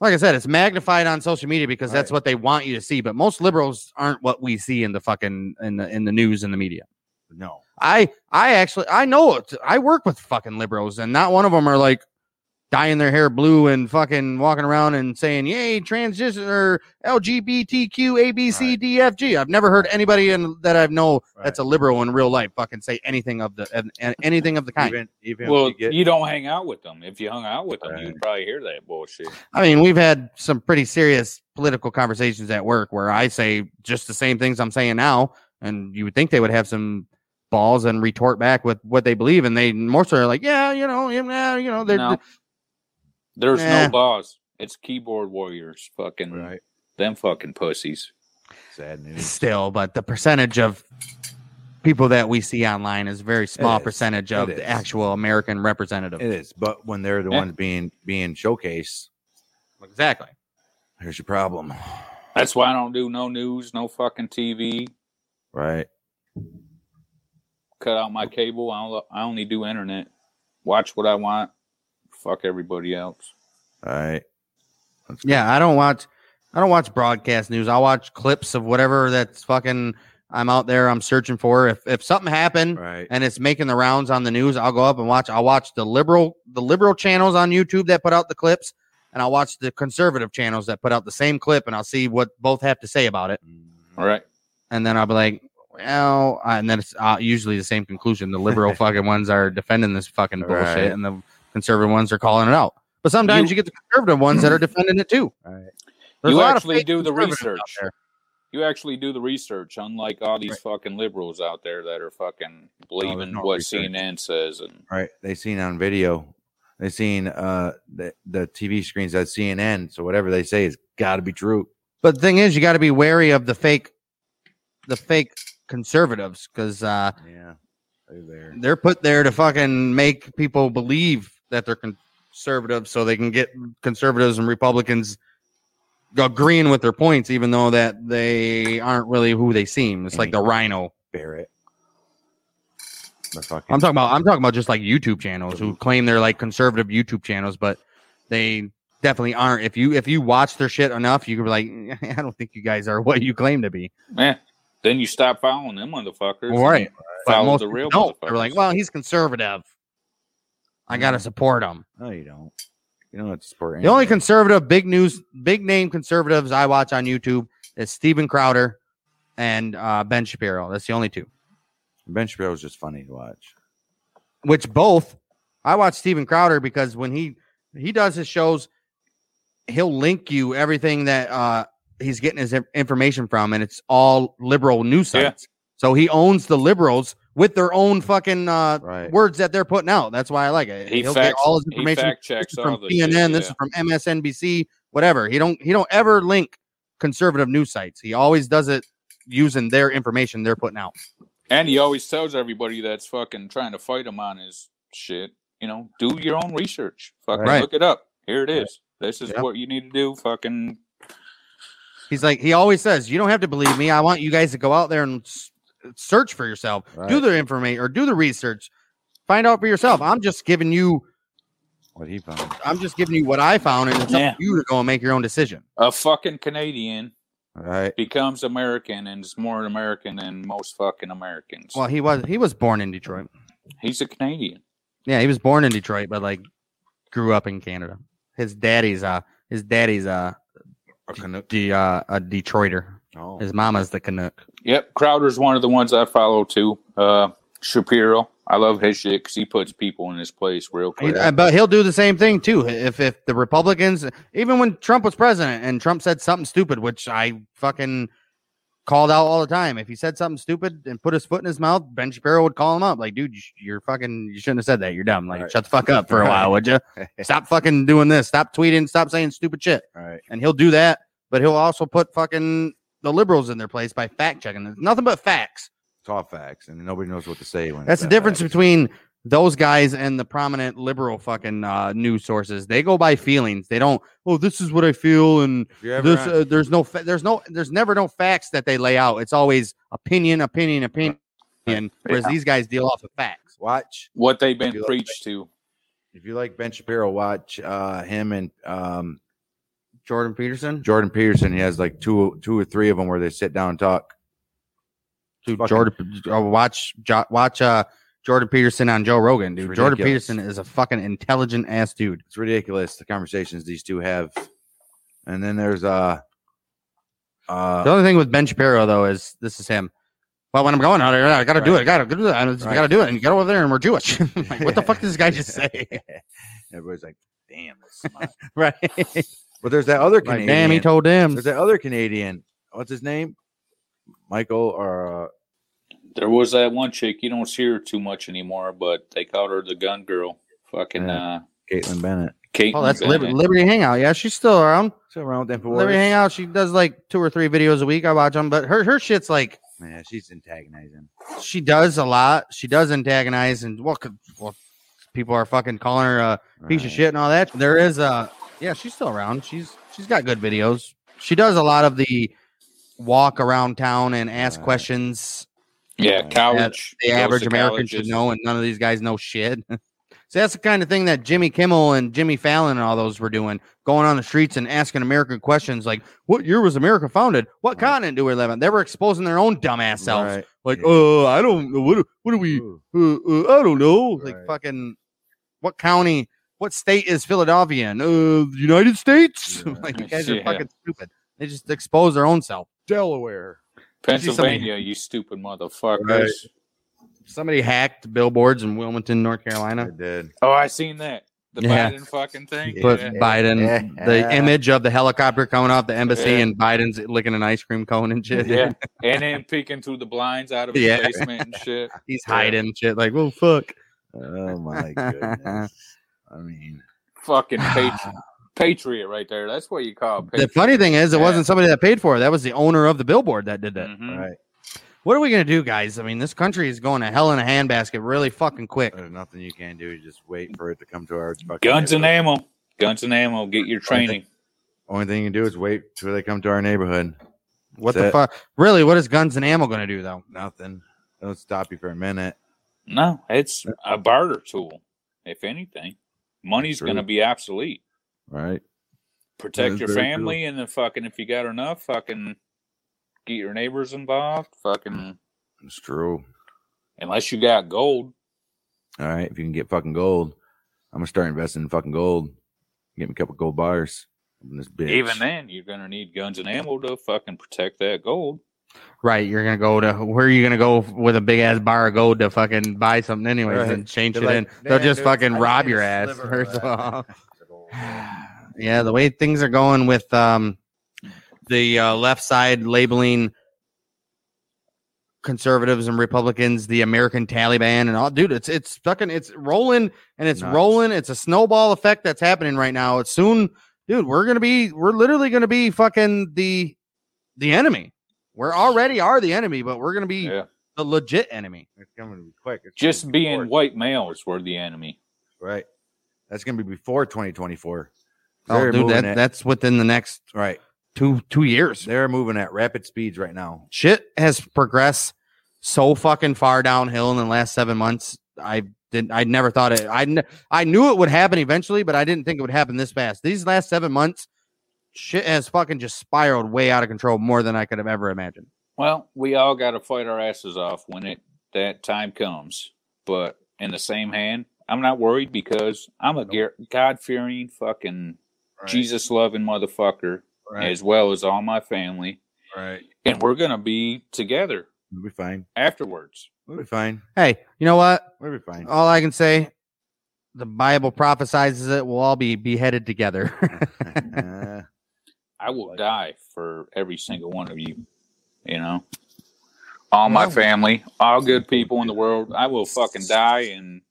Speaker 2: like i said it's magnified on social media because that's
Speaker 4: Right.
Speaker 2: what they want you to see but most liberals aren't what we see in the fucking in the in the news and the media
Speaker 4: No.
Speaker 2: i i actually i know it i work with fucking liberals and not one of them are like dyeing their hair blue and fucking walking around and saying yay transition or lgbtq
Speaker 4: Right.
Speaker 2: abcdfg i've never heard anybody in that i've know that's a
Speaker 4: Right.
Speaker 2: liberal in real life fucking say anything of the an- an- anything of the kind.
Speaker 4: Even even
Speaker 3: Well,
Speaker 4: if you get
Speaker 3: you don't hang out with them. If you hung out with them,
Speaker 4: Right.
Speaker 3: you'd probably hear that bullshit.
Speaker 2: I mean, we've had some pretty serious political conversations at work where I say just the same things I'm saying now, and you would think they would have some balls and retort back with what they believe, and they more so are like, yeah, you know, yeah, you know, they're
Speaker 3: No. There's
Speaker 2: Nah.
Speaker 3: no boss. It's keyboard warriors. Fucking
Speaker 4: right.
Speaker 3: them fucking pussies.
Speaker 4: Sad news.
Speaker 2: still, but the percentage of people that we see online is a very small
Speaker 4: is.
Speaker 2: percentage
Speaker 4: It
Speaker 2: of
Speaker 4: is.
Speaker 2: the actual American representative.
Speaker 4: It is. But when they're the
Speaker 3: Yeah.
Speaker 4: ones being being showcased,
Speaker 2: Exactly.
Speaker 4: here's your problem.
Speaker 3: That's why I don't do no news, no fucking TV.
Speaker 4: Right.
Speaker 3: cut out my cable. I, don't, I only do internet. Watch what I want. Fuck everybody else.
Speaker 4: All right. That's
Speaker 2: Yeah, I don't watch I don't watch broadcast news. I watch clips of whatever that's fucking I'm out there I'm searching for. If if something happened
Speaker 4: Right.
Speaker 2: and it's making the rounds on the news, I'll go up and watch I'll watch the liberal the liberal channels on YouTube that put out the clips and I'll watch the conservative channels that put out the same clip and I'll see what both have to say about it.
Speaker 4: Mm-hmm.
Speaker 3: All right.
Speaker 2: And then I'll be like, well, and then it's uh, usually the same conclusion. The liberal fucking ones are defending this fucking bullshit
Speaker 4: Right.
Speaker 2: and the conservative ones are calling it out. But sometimes you, get the conservative ones that are defending it too.
Speaker 4: Right.
Speaker 2: There's a
Speaker 3: You
Speaker 2: lot of
Speaker 3: actually
Speaker 2: fake
Speaker 3: do the
Speaker 2: conservatives out
Speaker 3: research.
Speaker 2: there.
Speaker 3: You actually do the research, unlike all these fucking liberals out there that are fucking believing
Speaker 4: no
Speaker 3: what
Speaker 4: research.
Speaker 3: CNN says. And
Speaker 4: Right. They seen on video. They seen uh the, the TV screens at CNN. So whatever they say has got to be true.
Speaker 2: But the thing is, you got to be wary of the fake, the fake conservatives because uh,
Speaker 4: Yeah. They're there.
Speaker 2: they're put there to fucking make people believe that they're conservative, so they can get conservatives and Republicans agreeing with their points, even though that they aren't really who they seem. It's like the rhino.
Speaker 4: Barrett. The fucking
Speaker 2: I'm talking about. I'm talking about just like YouTube channels who claim they're like conservative YouTube channels, but they definitely aren't. If you if you watch their shit enough, you can be like, I don't think you guys are what you claim to be.
Speaker 3: eh, then you stop following them motherfuckers.
Speaker 2: Well, right. But
Speaker 3: Follow
Speaker 2: most
Speaker 3: the
Speaker 2: people
Speaker 3: real
Speaker 2: don't. They're
Speaker 3: motherfuckers.
Speaker 2: like, well, he's conservative. I gotta support him.
Speaker 4: No, you don't. You don't have to support
Speaker 2: The only
Speaker 4: anything.
Speaker 2: conservative, big news, big name conservatives I watch on YouTube is Steven Crowder and uh, Ben Shapiro. That's the only two.
Speaker 4: Ben Shapiro was just funny to watch.
Speaker 2: Which both I watch Steven Crowder because when he he does his shows, he'll link you everything that uh, he's getting his in- information from, and it's all liberal news
Speaker 3: Yeah.
Speaker 2: sites. So he owns the liberals with their own fucking uh,
Speaker 4: Right.
Speaker 2: words that they're putting out. That's why I like it.
Speaker 3: He
Speaker 2: He'll
Speaker 3: facts-
Speaker 2: get all his
Speaker 3: he
Speaker 2: information.
Speaker 3: fact
Speaker 2: This
Speaker 3: checks
Speaker 2: is from
Speaker 3: all the
Speaker 2: CNN.
Speaker 3: shit,
Speaker 2: This
Speaker 3: yeah.
Speaker 2: is from MSNBC. Whatever. He don't. He don't ever link conservative news sites. He always does it using their information they're putting out.
Speaker 3: And he always tells everybody that's fucking trying to fight him on his shit, you know, do your own research. Fucking
Speaker 2: Right.
Speaker 3: look it up. Here it is. This is
Speaker 2: Yep.
Speaker 3: what you need to do. Fucking
Speaker 2: He's like he always says, "You don't have to believe me. I want you guys to go out there and s- search for yourself. Do
Speaker 4: Right.
Speaker 2: the information or do the research. Find out for yourself. I'm just giving you.
Speaker 4: What he found.
Speaker 2: I'm just giving you what I found, and it's
Speaker 3: Yeah.
Speaker 2: up to you to go and make your own decision."
Speaker 3: a fucking Canadian
Speaker 4: All right.
Speaker 3: becomes American and is more American than most fucking Americans.
Speaker 2: Well, he was he was born in Detroit.
Speaker 3: He's a Canadian.
Speaker 2: Yeah, he was born in Detroit, but like grew up in Canada. His daddy's uh his daddy's uh
Speaker 4: A Canuck.
Speaker 2: the uh a Detroiter.
Speaker 4: Oh.
Speaker 2: His mama's the Canuck.
Speaker 3: Yep, Crowder's one of the ones I follow too. Uh, Shapiro, I love his shit because he puts people in his place real
Speaker 2: He-
Speaker 3: quick.
Speaker 2: uh, but he'll do the same thing too. If if the Republicans, even when Trump was president, and Trump said something stupid, which I fucking called out all the time. If he said something stupid and put his foot in his mouth, Ben Shapiro would call him up, like, dude, you sh- you're fucking, you shouldn't have said that. You're dumb. Like,
Speaker 4: Right.
Speaker 2: shut the fuck up for a while, would you? Stop fucking doing this. Stop tweeting. Stop saying stupid shit.
Speaker 4: All right.
Speaker 2: and he'll do that. But he'll also put fucking the liberals in their place by fact checking. It's nothing but facts.
Speaker 4: It's all facts, and nobody knows what to say when.
Speaker 2: That's
Speaker 4: it's
Speaker 2: the
Speaker 4: that
Speaker 2: difference
Speaker 4: fact.
Speaker 2: between those guys and the prominent liberal fucking uh, news sources. They go by feelings. They don't. Oh, this is what I feel, and
Speaker 4: If you're ever
Speaker 2: there's
Speaker 4: on-
Speaker 2: uh, there's no fa- there's no there's never no facts that they lay out. It's always opinion, opinion, opinion. Whereas these guys deal off of facts.
Speaker 4: watch.
Speaker 3: what they've been
Speaker 4: You like
Speaker 3: preached to.
Speaker 4: If you like Ben Shapiro, watch uh, him and um,
Speaker 2: Jordan Peterson,
Speaker 4: Jordan Peterson. He has like two, two or three of them where they sit down and talk.
Speaker 2: dude,
Speaker 4: fucking-
Speaker 2: Jordan, uh, watch jo- watch uh, Jordan Peterson on Joe Rogan, dude.
Speaker 4: It's
Speaker 2: Jordan
Speaker 4: ridiculous.
Speaker 2: Peterson is a fucking intelligent ass dude.
Speaker 4: It's ridiculous the conversations these two have. And then there's uh, uh,
Speaker 2: The only thing with Ben Shapiro though is this is him. Well, when I'm going out, I gotta do it. I gotta do it. I just
Speaker 4: Right.
Speaker 2: gotta do it. And you gotta go over there, and we're Jewish. like, what the fuck did this guy just say?
Speaker 4: everybody's like, "Damn, this is mine."
Speaker 2: right?
Speaker 4: but there's that other
Speaker 2: Like,
Speaker 4: Canadian.
Speaker 2: damn, he told them.
Speaker 4: there's that other Canadian. What's his name? Michael or uh,
Speaker 3: There was that one chick you don't see her too much anymore, but they called her the gun girl. Fucking
Speaker 4: Yeah.
Speaker 3: uh,
Speaker 4: Caitlin Bennett.
Speaker 3: Kate.
Speaker 2: Oh, that's Liberty, Liberty Hangout. Yeah, she's still around.
Speaker 4: Still around with them for
Speaker 2: Liberty
Speaker 4: worse.
Speaker 2: Hangout. She does like two or three videos a week. I watch them, but her her shit's like
Speaker 4: Yeah, she's antagonizing.
Speaker 2: she does a lot. She does antagonize, and well, 'cause- well people are fucking calling her uh, a piece
Speaker 4: Right.
Speaker 2: of shit and all that. There is a yeah, she's still around. She's she's got good videos. She does a lot of the walk around town and ask
Speaker 4: Right.
Speaker 2: questions
Speaker 3: Yeah, college.
Speaker 2: the
Speaker 3: goes to
Speaker 2: average American should
Speaker 3: colleges.
Speaker 2: know, and none of these guys know shit. so that's the kind of thing that Jimmy Kimmel and Jimmy Fallon and all those were doing, going on the streets and asking American questions like, "What year was America founded? What
Speaker 4: Right.
Speaker 2: continent do we live on?" They were exposing their own dumbass selves,
Speaker 4: Right.
Speaker 2: like,
Speaker 4: Yeah.
Speaker 2: "Oh, I don't know what. What do we?
Speaker 4: Ooh.
Speaker 2: Uh, uh, I don't know. Like
Speaker 4: Right.
Speaker 2: fucking, what county? What state is Philadelphia in? Uh, the United States?
Speaker 4: Yeah.
Speaker 2: like you guys are
Speaker 3: Yeah.
Speaker 2: fucking stupid. They just expose their own self.
Speaker 4: Delaware.
Speaker 3: Pennsylvania, you stupid motherfuckers.
Speaker 4: Right.
Speaker 2: Somebody hacked billboards in Wilmington, North
Speaker 4: I
Speaker 2: Carolina.
Speaker 4: did.
Speaker 3: Oh, I seen that. The
Speaker 2: Yeah.
Speaker 3: Biden fucking thing.
Speaker 2: But
Speaker 3: yeah.
Speaker 2: Biden,
Speaker 4: Yeah.
Speaker 2: the image of the helicopter coming off the embassy
Speaker 3: Yeah.
Speaker 2: and Biden's licking an ice cream cone and shit.
Speaker 3: yeah. And then peeking through the blinds out of his
Speaker 2: Yeah.
Speaker 3: basement and shit.
Speaker 2: He's
Speaker 3: Yeah.
Speaker 2: hiding and shit. Like, well, fuck.
Speaker 4: Oh my goodness. I mean,
Speaker 3: Fucking patri- patriot right there. That's what you call a
Speaker 2: The
Speaker 3: patriot.
Speaker 2: funny thing is, it
Speaker 3: Yeah.
Speaker 2: wasn't somebody that paid for it. That was the owner of the billboard that did that.
Speaker 3: Mhm.
Speaker 4: right.
Speaker 2: What are we going to do, guys? I mean, this country is going to hell in a handbasket really fucking quick.
Speaker 4: There's nothing you can do. You just wait for it to come to our fucking
Speaker 3: Guns and
Speaker 4: neighborhood.
Speaker 3: ammo. Guns and ammo. Get your training.
Speaker 4: Only thing you can do is wait till they come to our neighborhood.
Speaker 2: What the
Speaker 4: That's
Speaker 2: fuck? Really, what is guns and ammo going to do, though?
Speaker 4: Nothing. Don't stop you for a minute.
Speaker 3: No, it's a barter tool, if anything. Money's
Speaker 4: True.
Speaker 3: going to be obsolete.
Speaker 4: Right.
Speaker 3: Protect
Speaker 4: is
Speaker 3: your
Speaker 4: very true.
Speaker 3: family, and then fucking, if you got enough, fucking get your neighbors involved. Fucking,
Speaker 4: It's true.
Speaker 3: unless you got gold.
Speaker 4: All right. If you can get fucking gold, I'm gonna start investing in fucking gold. Get me a couple gold bars. Open this bitch.
Speaker 3: Even then, you're going to need guns and ammo to fucking protect that gold.
Speaker 2: Right, you're gonna go to where are you gonna go with a big ass bar of gold to fucking buy something anyways
Speaker 4: Right.
Speaker 2: and change
Speaker 4: They're
Speaker 2: it
Speaker 4: like,
Speaker 2: in? They'll
Speaker 4: "Man,
Speaker 2: just
Speaker 4: dude,
Speaker 2: fucking
Speaker 4: I
Speaker 2: rob
Speaker 4: need
Speaker 2: your
Speaker 4: a
Speaker 2: ass
Speaker 4: sliver
Speaker 2: first
Speaker 4: of
Speaker 2: of
Speaker 4: that."
Speaker 2: all. yeah, the way things are going with um, the uh, left side labeling conservatives and Republicans, the American Taliban, and all, dude, it's it's fucking it's rolling and it's
Speaker 4: Nuts.
Speaker 2: rolling. It's a snowball effect that's happening right now. It's soon, dude. We're gonna be we're literally gonna be fucking the the enemy. We're already are the enemy, but we're gonna be
Speaker 3: Yeah.
Speaker 2: the legit enemy.
Speaker 4: It's coming to be quick. It's
Speaker 3: Just
Speaker 4: gonna be
Speaker 3: being
Speaker 4: before-
Speaker 3: white males were the enemy.
Speaker 4: right. That's gonna be before 2024.
Speaker 2: Oh, dude,
Speaker 4: moving
Speaker 2: that,
Speaker 4: at-
Speaker 2: that's within the next
Speaker 4: right.
Speaker 2: two two years.
Speaker 4: They're moving at rapid speeds right now.
Speaker 2: shit has progressed so fucking far downhill in the last seven months. I didn't. I never thought it. I kn- I knew it would happen eventually, but I didn't think it would happen this fast. These last seven months, shit has fucking just spiraled way out of control, more than I could have ever imagined.
Speaker 3: Well, we all got to fight our asses off when it that time comes. But in the same hand, I'm not worried because I'm a God fearing fucking Jesus loving motherfucker,
Speaker 4: Right.
Speaker 3: as well as all my family,
Speaker 4: Right.
Speaker 3: and we're gonna be together
Speaker 4: We'll be fine.
Speaker 3: afterwards.
Speaker 4: We'll be fine.
Speaker 2: Hey, you know what?
Speaker 4: We'll be fine.
Speaker 2: All I can say, the Bible prophesizes it. We'll all be beheaded together.
Speaker 3: I will die for every single one of you. You know, all my
Speaker 2: Well-
Speaker 3: family, all good people in the world. I will fucking die, and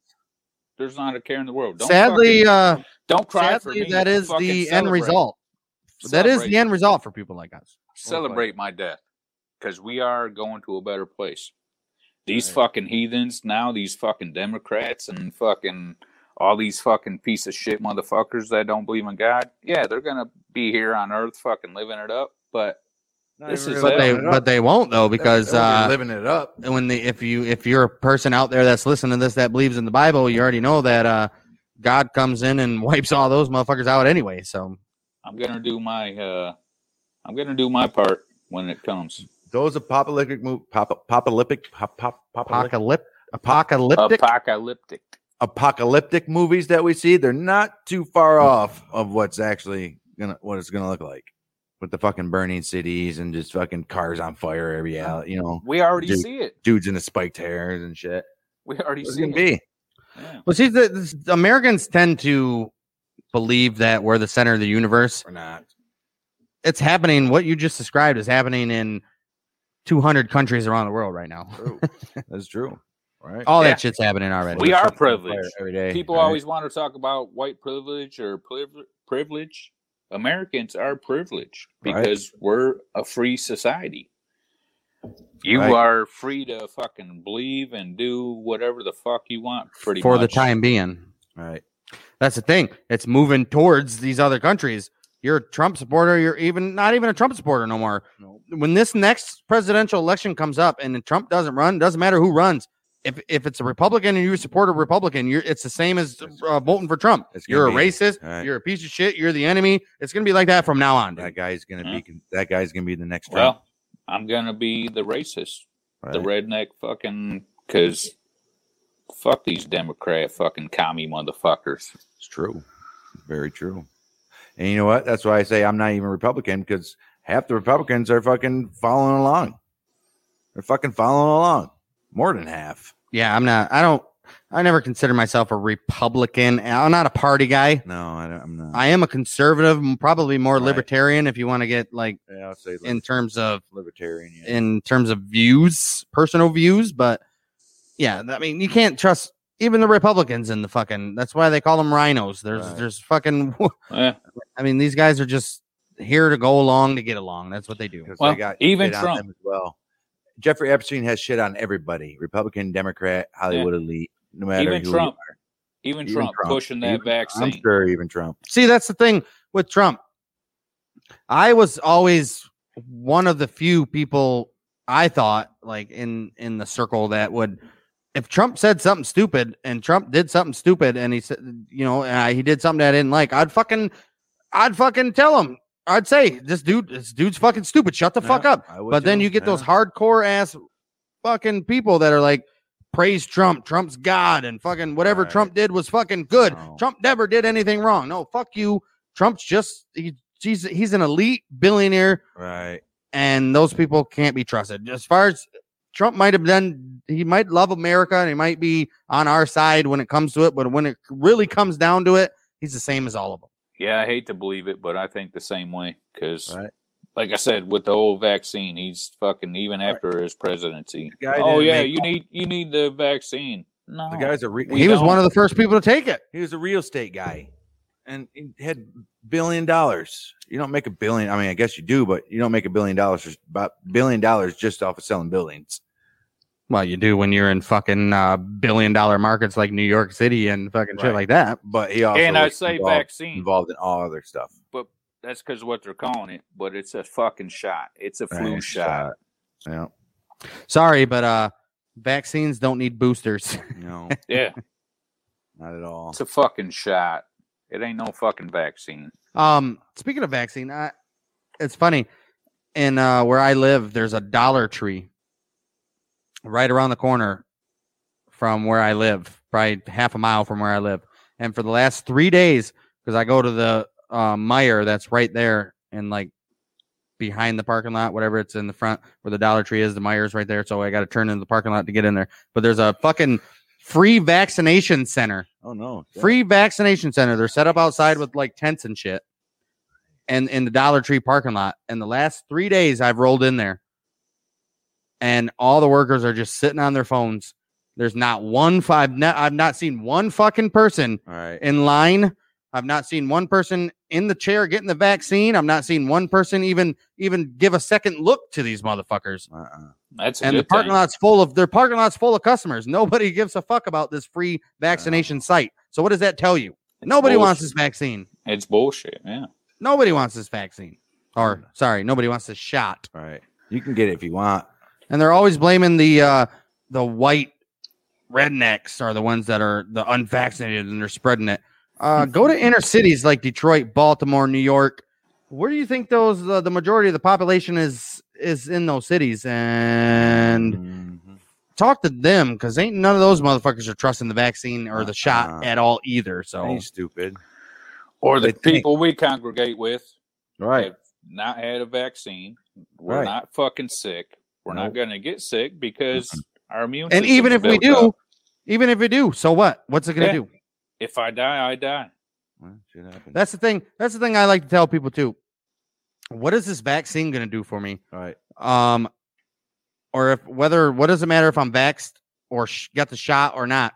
Speaker 3: there's not a care in the world. Don't
Speaker 2: sadly,
Speaker 3: fucking-
Speaker 2: uh,
Speaker 3: don't cry for
Speaker 2: sadly,
Speaker 3: me.
Speaker 2: that is
Speaker 3: Fucking
Speaker 2: the end
Speaker 3: celebrate.
Speaker 2: result. That is
Speaker 3: Celebrate.
Speaker 2: the end result for people like us.
Speaker 3: celebrate my death because we are going to a better place. These
Speaker 4: Right.
Speaker 3: fucking heathens now, these fucking Democrats and fucking all these fucking piece of shit motherfuckers that don't believe in God. Yeah, they're gonna be here on Earth fucking living it up, but This is-
Speaker 2: But they, but they won't though because uh,
Speaker 4: living it up.
Speaker 2: And when the if you if you're a person out there that's listening to this that believes in the Bible, you already know that uh God comes in and wipes all those motherfuckers out anyway. So
Speaker 3: I'm gonna do my uh I'm gonna do my part when it comes.
Speaker 4: Those apocalyptic move, pop, apocalyptic, pop, pop, apocalyptic,
Speaker 2: apocalyptic apocalyptic
Speaker 3: Apocalyptic.
Speaker 4: apocalyptic movies that we see, they're not too far off of what's actually gonna what it's gonna look like with the fucking burning cities and just fucking cars on fire every out, you know,
Speaker 3: We already
Speaker 4: Dude.
Speaker 3: see it.
Speaker 4: dudes in the spiked hairs and shit.
Speaker 3: We already
Speaker 4: It's
Speaker 3: see
Speaker 4: gonna
Speaker 3: it.
Speaker 4: be
Speaker 3: Yeah.
Speaker 2: Well, see, the, the- the Americans tend to believe that we're the center of the universe.
Speaker 4: or not.
Speaker 2: It's happening. What you just described is happening in 200 countries around the world right now.
Speaker 4: True. That's true. Right.
Speaker 2: All
Speaker 3: Yeah.
Speaker 2: that shit's happening already.
Speaker 3: Oh, We are
Speaker 4: Fucking fire
Speaker 3: privileged.
Speaker 4: every day.
Speaker 3: People
Speaker 4: right?
Speaker 3: always want to talk about white privilege or priv- privilege. Americans are privileged
Speaker 4: Right.
Speaker 3: because we're a free society. You
Speaker 4: Right.
Speaker 3: are free to fucking believe and do whatever the fuck you want, pretty
Speaker 2: for the
Speaker 3: much.
Speaker 2: time being.
Speaker 4: right.
Speaker 2: That's the thing. It's moving towards these other countries. You're a Trump supporter. You're even not even a Trump supporter no more. When this next presidential election comes up and then Trump doesn't run, doesn't matter who runs. If, if it's a Republican and you support a Republican, you're it's the same as uh, voting for Trump.
Speaker 4: It's gonna
Speaker 2: You're a
Speaker 4: be-
Speaker 2: racist.
Speaker 4: Right.
Speaker 2: You're a piece of shit. You're the enemy. It's gonna be like that from now on. dude.
Speaker 4: That guy's gonna
Speaker 3: Yeah.
Speaker 4: be con- that guy's gonna be the next Trump.
Speaker 3: Well, I'm gonna be the racist, the
Speaker 4: right?
Speaker 3: redneck fucking because fuck these Democrat fucking commie motherfuckers.
Speaker 4: It's true. Very true. And you know what? That's why I say I'm not even Republican because half the Republicans are fucking following along. They're fucking following along. More than half.
Speaker 2: Yeah, I'm not. I don't. I never consider myself a Republican. I'm not a party guy.
Speaker 4: No, I don't, I'm not.
Speaker 2: I am a conservative, m- probably more
Speaker 4: Right.
Speaker 2: libertarian if you want to get like
Speaker 4: yeah, I'll say
Speaker 2: in terms of
Speaker 4: libertarian. Yeah.
Speaker 2: in terms of views, personal views. But yeah, I mean, you can't trust even the Republicans in the fucking. That's why they call them rhinos. There's
Speaker 4: Right.
Speaker 2: there's fucking.
Speaker 3: Eh,
Speaker 2: I mean, these guys are just here to go along to get along. That's what they do.
Speaker 4: 'Cause
Speaker 3: Well,
Speaker 4: they got
Speaker 3: even
Speaker 4: shit on
Speaker 3: Trump.
Speaker 4: them as well. Jeffrey Epstein has shit on everybody Republican, Democrat, Hollywood elite, no matter
Speaker 3: even
Speaker 4: who. you
Speaker 3: Trump,
Speaker 4: are.
Speaker 3: even,
Speaker 4: Even
Speaker 3: Trump
Speaker 4: Trump.
Speaker 3: pushing that
Speaker 4: Even-
Speaker 3: vaccine.
Speaker 4: I'm sure even Trump.
Speaker 2: see that's the thing with trump i was always one of the few people i thought like in in the circle that would if trump said something stupid and trump did something stupid and he said you know and I, he did something that i didn't like i'd fucking i'd fucking tell him i'd say this dude this dude's fucking stupid shut the fuck
Speaker 4: Yeah,
Speaker 2: up
Speaker 4: I would
Speaker 2: but then
Speaker 4: too.
Speaker 2: you get
Speaker 4: Yeah.
Speaker 2: those hardcore ass fucking people that are like praise Trump, Trump's God, and fucking whatever
Speaker 4: Right.
Speaker 2: Trump did was fucking good.
Speaker 4: No.
Speaker 2: Trump never did anything wrong. No, fuck you. Trump's just he, he's he's an elite billionaire,
Speaker 4: Right.
Speaker 2: and those people can't be trusted. As far as Trump might have done, he might love America and he might be on our side when it comes to it, but when it really comes down to it, he's the same as all of them.
Speaker 3: Yeah, I hate to believe it, but I think the same way. Because,
Speaker 4: Right.
Speaker 3: like I said, with the whole vaccine, he's fucking even after his presidency.
Speaker 4: guy
Speaker 3: Oh
Speaker 4: didn't
Speaker 3: yeah,
Speaker 4: make-
Speaker 3: you need you need the vaccine. No,
Speaker 4: The guy's a re-
Speaker 2: he was
Speaker 3: don't-
Speaker 2: one of the first people to take it.
Speaker 4: He was a real estate guy, and he had billion dollars. You don't make a billion. I mean, I guess you do, but you don't make a billion dollars. just- About billion dollars just off of selling buildings.
Speaker 2: Well, you do when you're in fucking uh, billion dollar markets like New York City and fucking shit
Speaker 4: Right.
Speaker 2: like that.
Speaker 4: But he also
Speaker 3: and I
Speaker 4: was
Speaker 3: say
Speaker 4: involved,
Speaker 3: vaccine.
Speaker 4: involved in all other stuff.
Speaker 3: That's because what they're calling it, but it's a fucking shot. It's a flu
Speaker 4: Right,
Speaker 3: shot.
Speaker 4: Yeah,
Speaker 2: Sorry, but uh, vaccines don't need boosters.
Speaker 4: no,
Speaker 3: Yeah,
Speaker 4: not at all.
Speaker 3: it's a fucking shot. It ain't no fucking vaccine.
Speaker 2: um, speaking of vaccine, I, it's funny. In uh, where I live, there's a Dollar Tree right around the corner from where I live, probably half a mile from where I live. And for the last three days, because I go to the uh, Meyer that's right there and like behind the parking lot, whatever it's in the front where the Dollar Tree is, the Meyer's right there. So I got to turn into the parking lot to get in there. But there's a fucking free vaccination center
Speaker 4: Oh no,
Speaker 2: free vaccination center. They're set up outside with like tents and shit, and in the Dollar Tree parking lot. And the last three days, I've rolled in there, and all the workers are just sitting on their phones. There's not one five. Not, I've not seen one fucking person
Speaker 4: All right,
Speaker 2: in line. I've not seen one person in the chair getting the vaccine. I've not seen one person even even give a second look to these motherfuckers.
Speaker 4: uh-uh.
Speaker 3: That's a
Speaker 2: And the
Speaker 3: good
Speaker 2: parking
Speaker 3: thing.
Speaker 2: lot's full of their parking lot's full of customers. Nobody gives a fuck about this free vaccination site. So what does that tell you?
Speaker 3: It's
Speaker 2: Nobody wants
Speaker 3: bullshit.
Speaker 2: this vaccine.
Speaker 3: It's bullshit. Yeah.
Speaker 2: Nobody wants this vaccine. Or sorry, nobody wants this shot.
Speaker 4: all right. You can get it if you want.
Speaker 2: And they're always blaming the uh the white rednecks are the ones that are the unvaccinated and they're spreading it.
Speaker 3: Hmm.
Speaker 2: Uh go to inner cities like Detroit, Baltimore, New York. Where do you think those uh, the majority of the population is is in those cities and
Speaker 4: Mhm.
Speaker 2: talk to them because ain't none of those motherfuckers are trusting the vaccine or the shot
Speaker 4: Uh-uh.
Speaker 2: at all either. So
Speaker 4: Ain't stupid.
Speaker 3: Or the
Speaker 4: They think-
Speaker 3: people we congregate with
Speaker 4: Right.
Speaker 3: have not had a vaccine. We're
Speaker 4: Right.
Speaker 3: not fucking sick. We're not
Speaker 4: Nope.
Speaker 3: going to get sick because our immune.
Speaker 2: and
Speaker 3: system's
Speaker 2: even if we
Speaker 3: built
Speaker 2: do,
Speaker 3: up.
Speaker 2: even if we do, so what? What's it gonna
Speaker 3: Yeah.
Speaker 2: do?
Speaker 3: if I die, I die.
Speaker 4: Well, shit happens.
Speaker 2: That's the thing. That's the thing I like to tell people too. What is this vaccine gonna do for me?
Speaker 4: All right.
Speaker 2: Um, or if whether what does it matter if I'm vaxxed or sh- got the shot or not?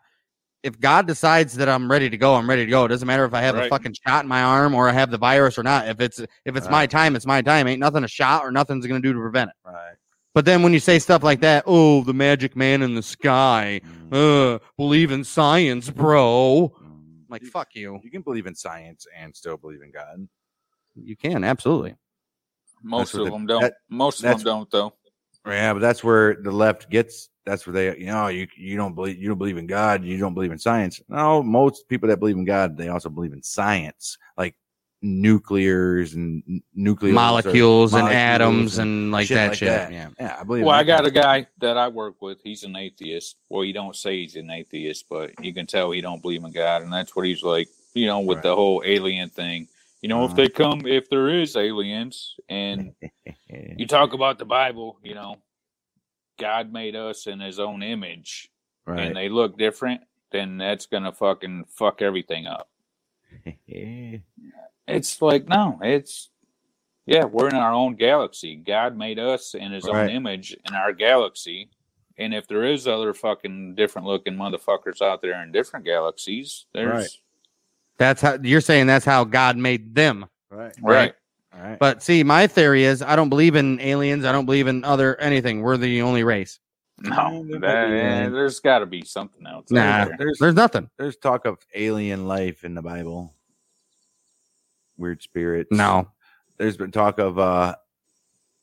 Speaker 2: If God decides that I'm ready to go, I'm ready to go. It doesn't matter if I have a
Speaker 3: Right.
Speaker 2: fucking shot in my arm or I have the virus or not. If it's if it's my
Speaker 4: Right.
Speaker 2: time, it's my time. Ain't nothing a shot or nothing's gonna do to prevent it.
Speaker 4: All right.
Speaker 2: But then when you say stuff like that, oh, the magic man in the sky,
Speaker 4: Mhm.
Speaker 2: uh, believe in science, bro. I'm
Speaker 4: Mhm.
Speaker 2: like, fuck you.
Speaker 4: You can believe in science and still believe in God.
Speaker 2: You can absolutely.
Speaker 3: Most
Speaker 4: what
Speaker 3: of
Speaker 4: they-
Speaker 3: them don't.
Speaker 4: that-
Speaker 3: Most of them
Speaker 4: that's-
Speaker 3: don't, though.
Speaker 4: Yeah, but that's where the left gets. That's where they, you know, you you don't believe you don't believe in God, you don't believe in science. No, most people that believe in God, they also believe in science, like nuclears and n- nuclear
Speaker 2: Molecules and
Speaker 4: molecules
Speaker 2: atoms
Speaker 4: and
Speaker 2: and like
Speaker 4: shit
Speaker 2: that
Speaker 4: like
Speaker 2: shit.
Speaker 4: that.
Speaker 2: Yeah.
Speaker 4: Yeah, I believe.
Speaker 3: Well,
Speaker 4: in
Speaker 3: I
Speaker 4: that.
Speaker 3: got a guy that I work with. He's an atheist. Well, he don't say he's an atheist, but you can tell he don't believe in God, and that's what he's like. You know, with
Speaker 4: Right.
Speaker 3: the whole alien thing. You know, if
Speaker 4: Uh-huh.
Speaker 3: they come, if there is aliens, and
Speaker 4: Mm-hmm.
Speaker 3: you talk about the Bible, you know, God made us in His own image,
Speaker 4: right.
Speaker 3: and they look different, then that's gonna fucking fuck everything up. It's like no, it's yeah, we're in our own galaxy. God made us in His own
Speaker 4: Right.
Speaker 3: image in our galaxy, and if there is other fucking different looking motherfuckers out there in different galaxies, there's
Speaker 2: That's how you're saying that's how God made them.
Speaker 4: right,
Speaker 3: right.
Speaker 4: all right.
Speaker 2: But see, my theory is I don't believe in aliens. I don't believe in other anything. We're the only race.
Speaker 3: No,
Speaker 4: Yeah, there
Speaker 3: that- eh,
Speaker 4: could be, man.
Speaker 3: there's got to be something else. out
Speaker 2: Nah.
Speaker 3: there.
Speaker 4: there's
Speaker 2: There's nothing.
Speaker 4: there's talk of alien life in the Bible, weird spirits.
Speaker 2: No.
Speaker 4: there's been talk of uh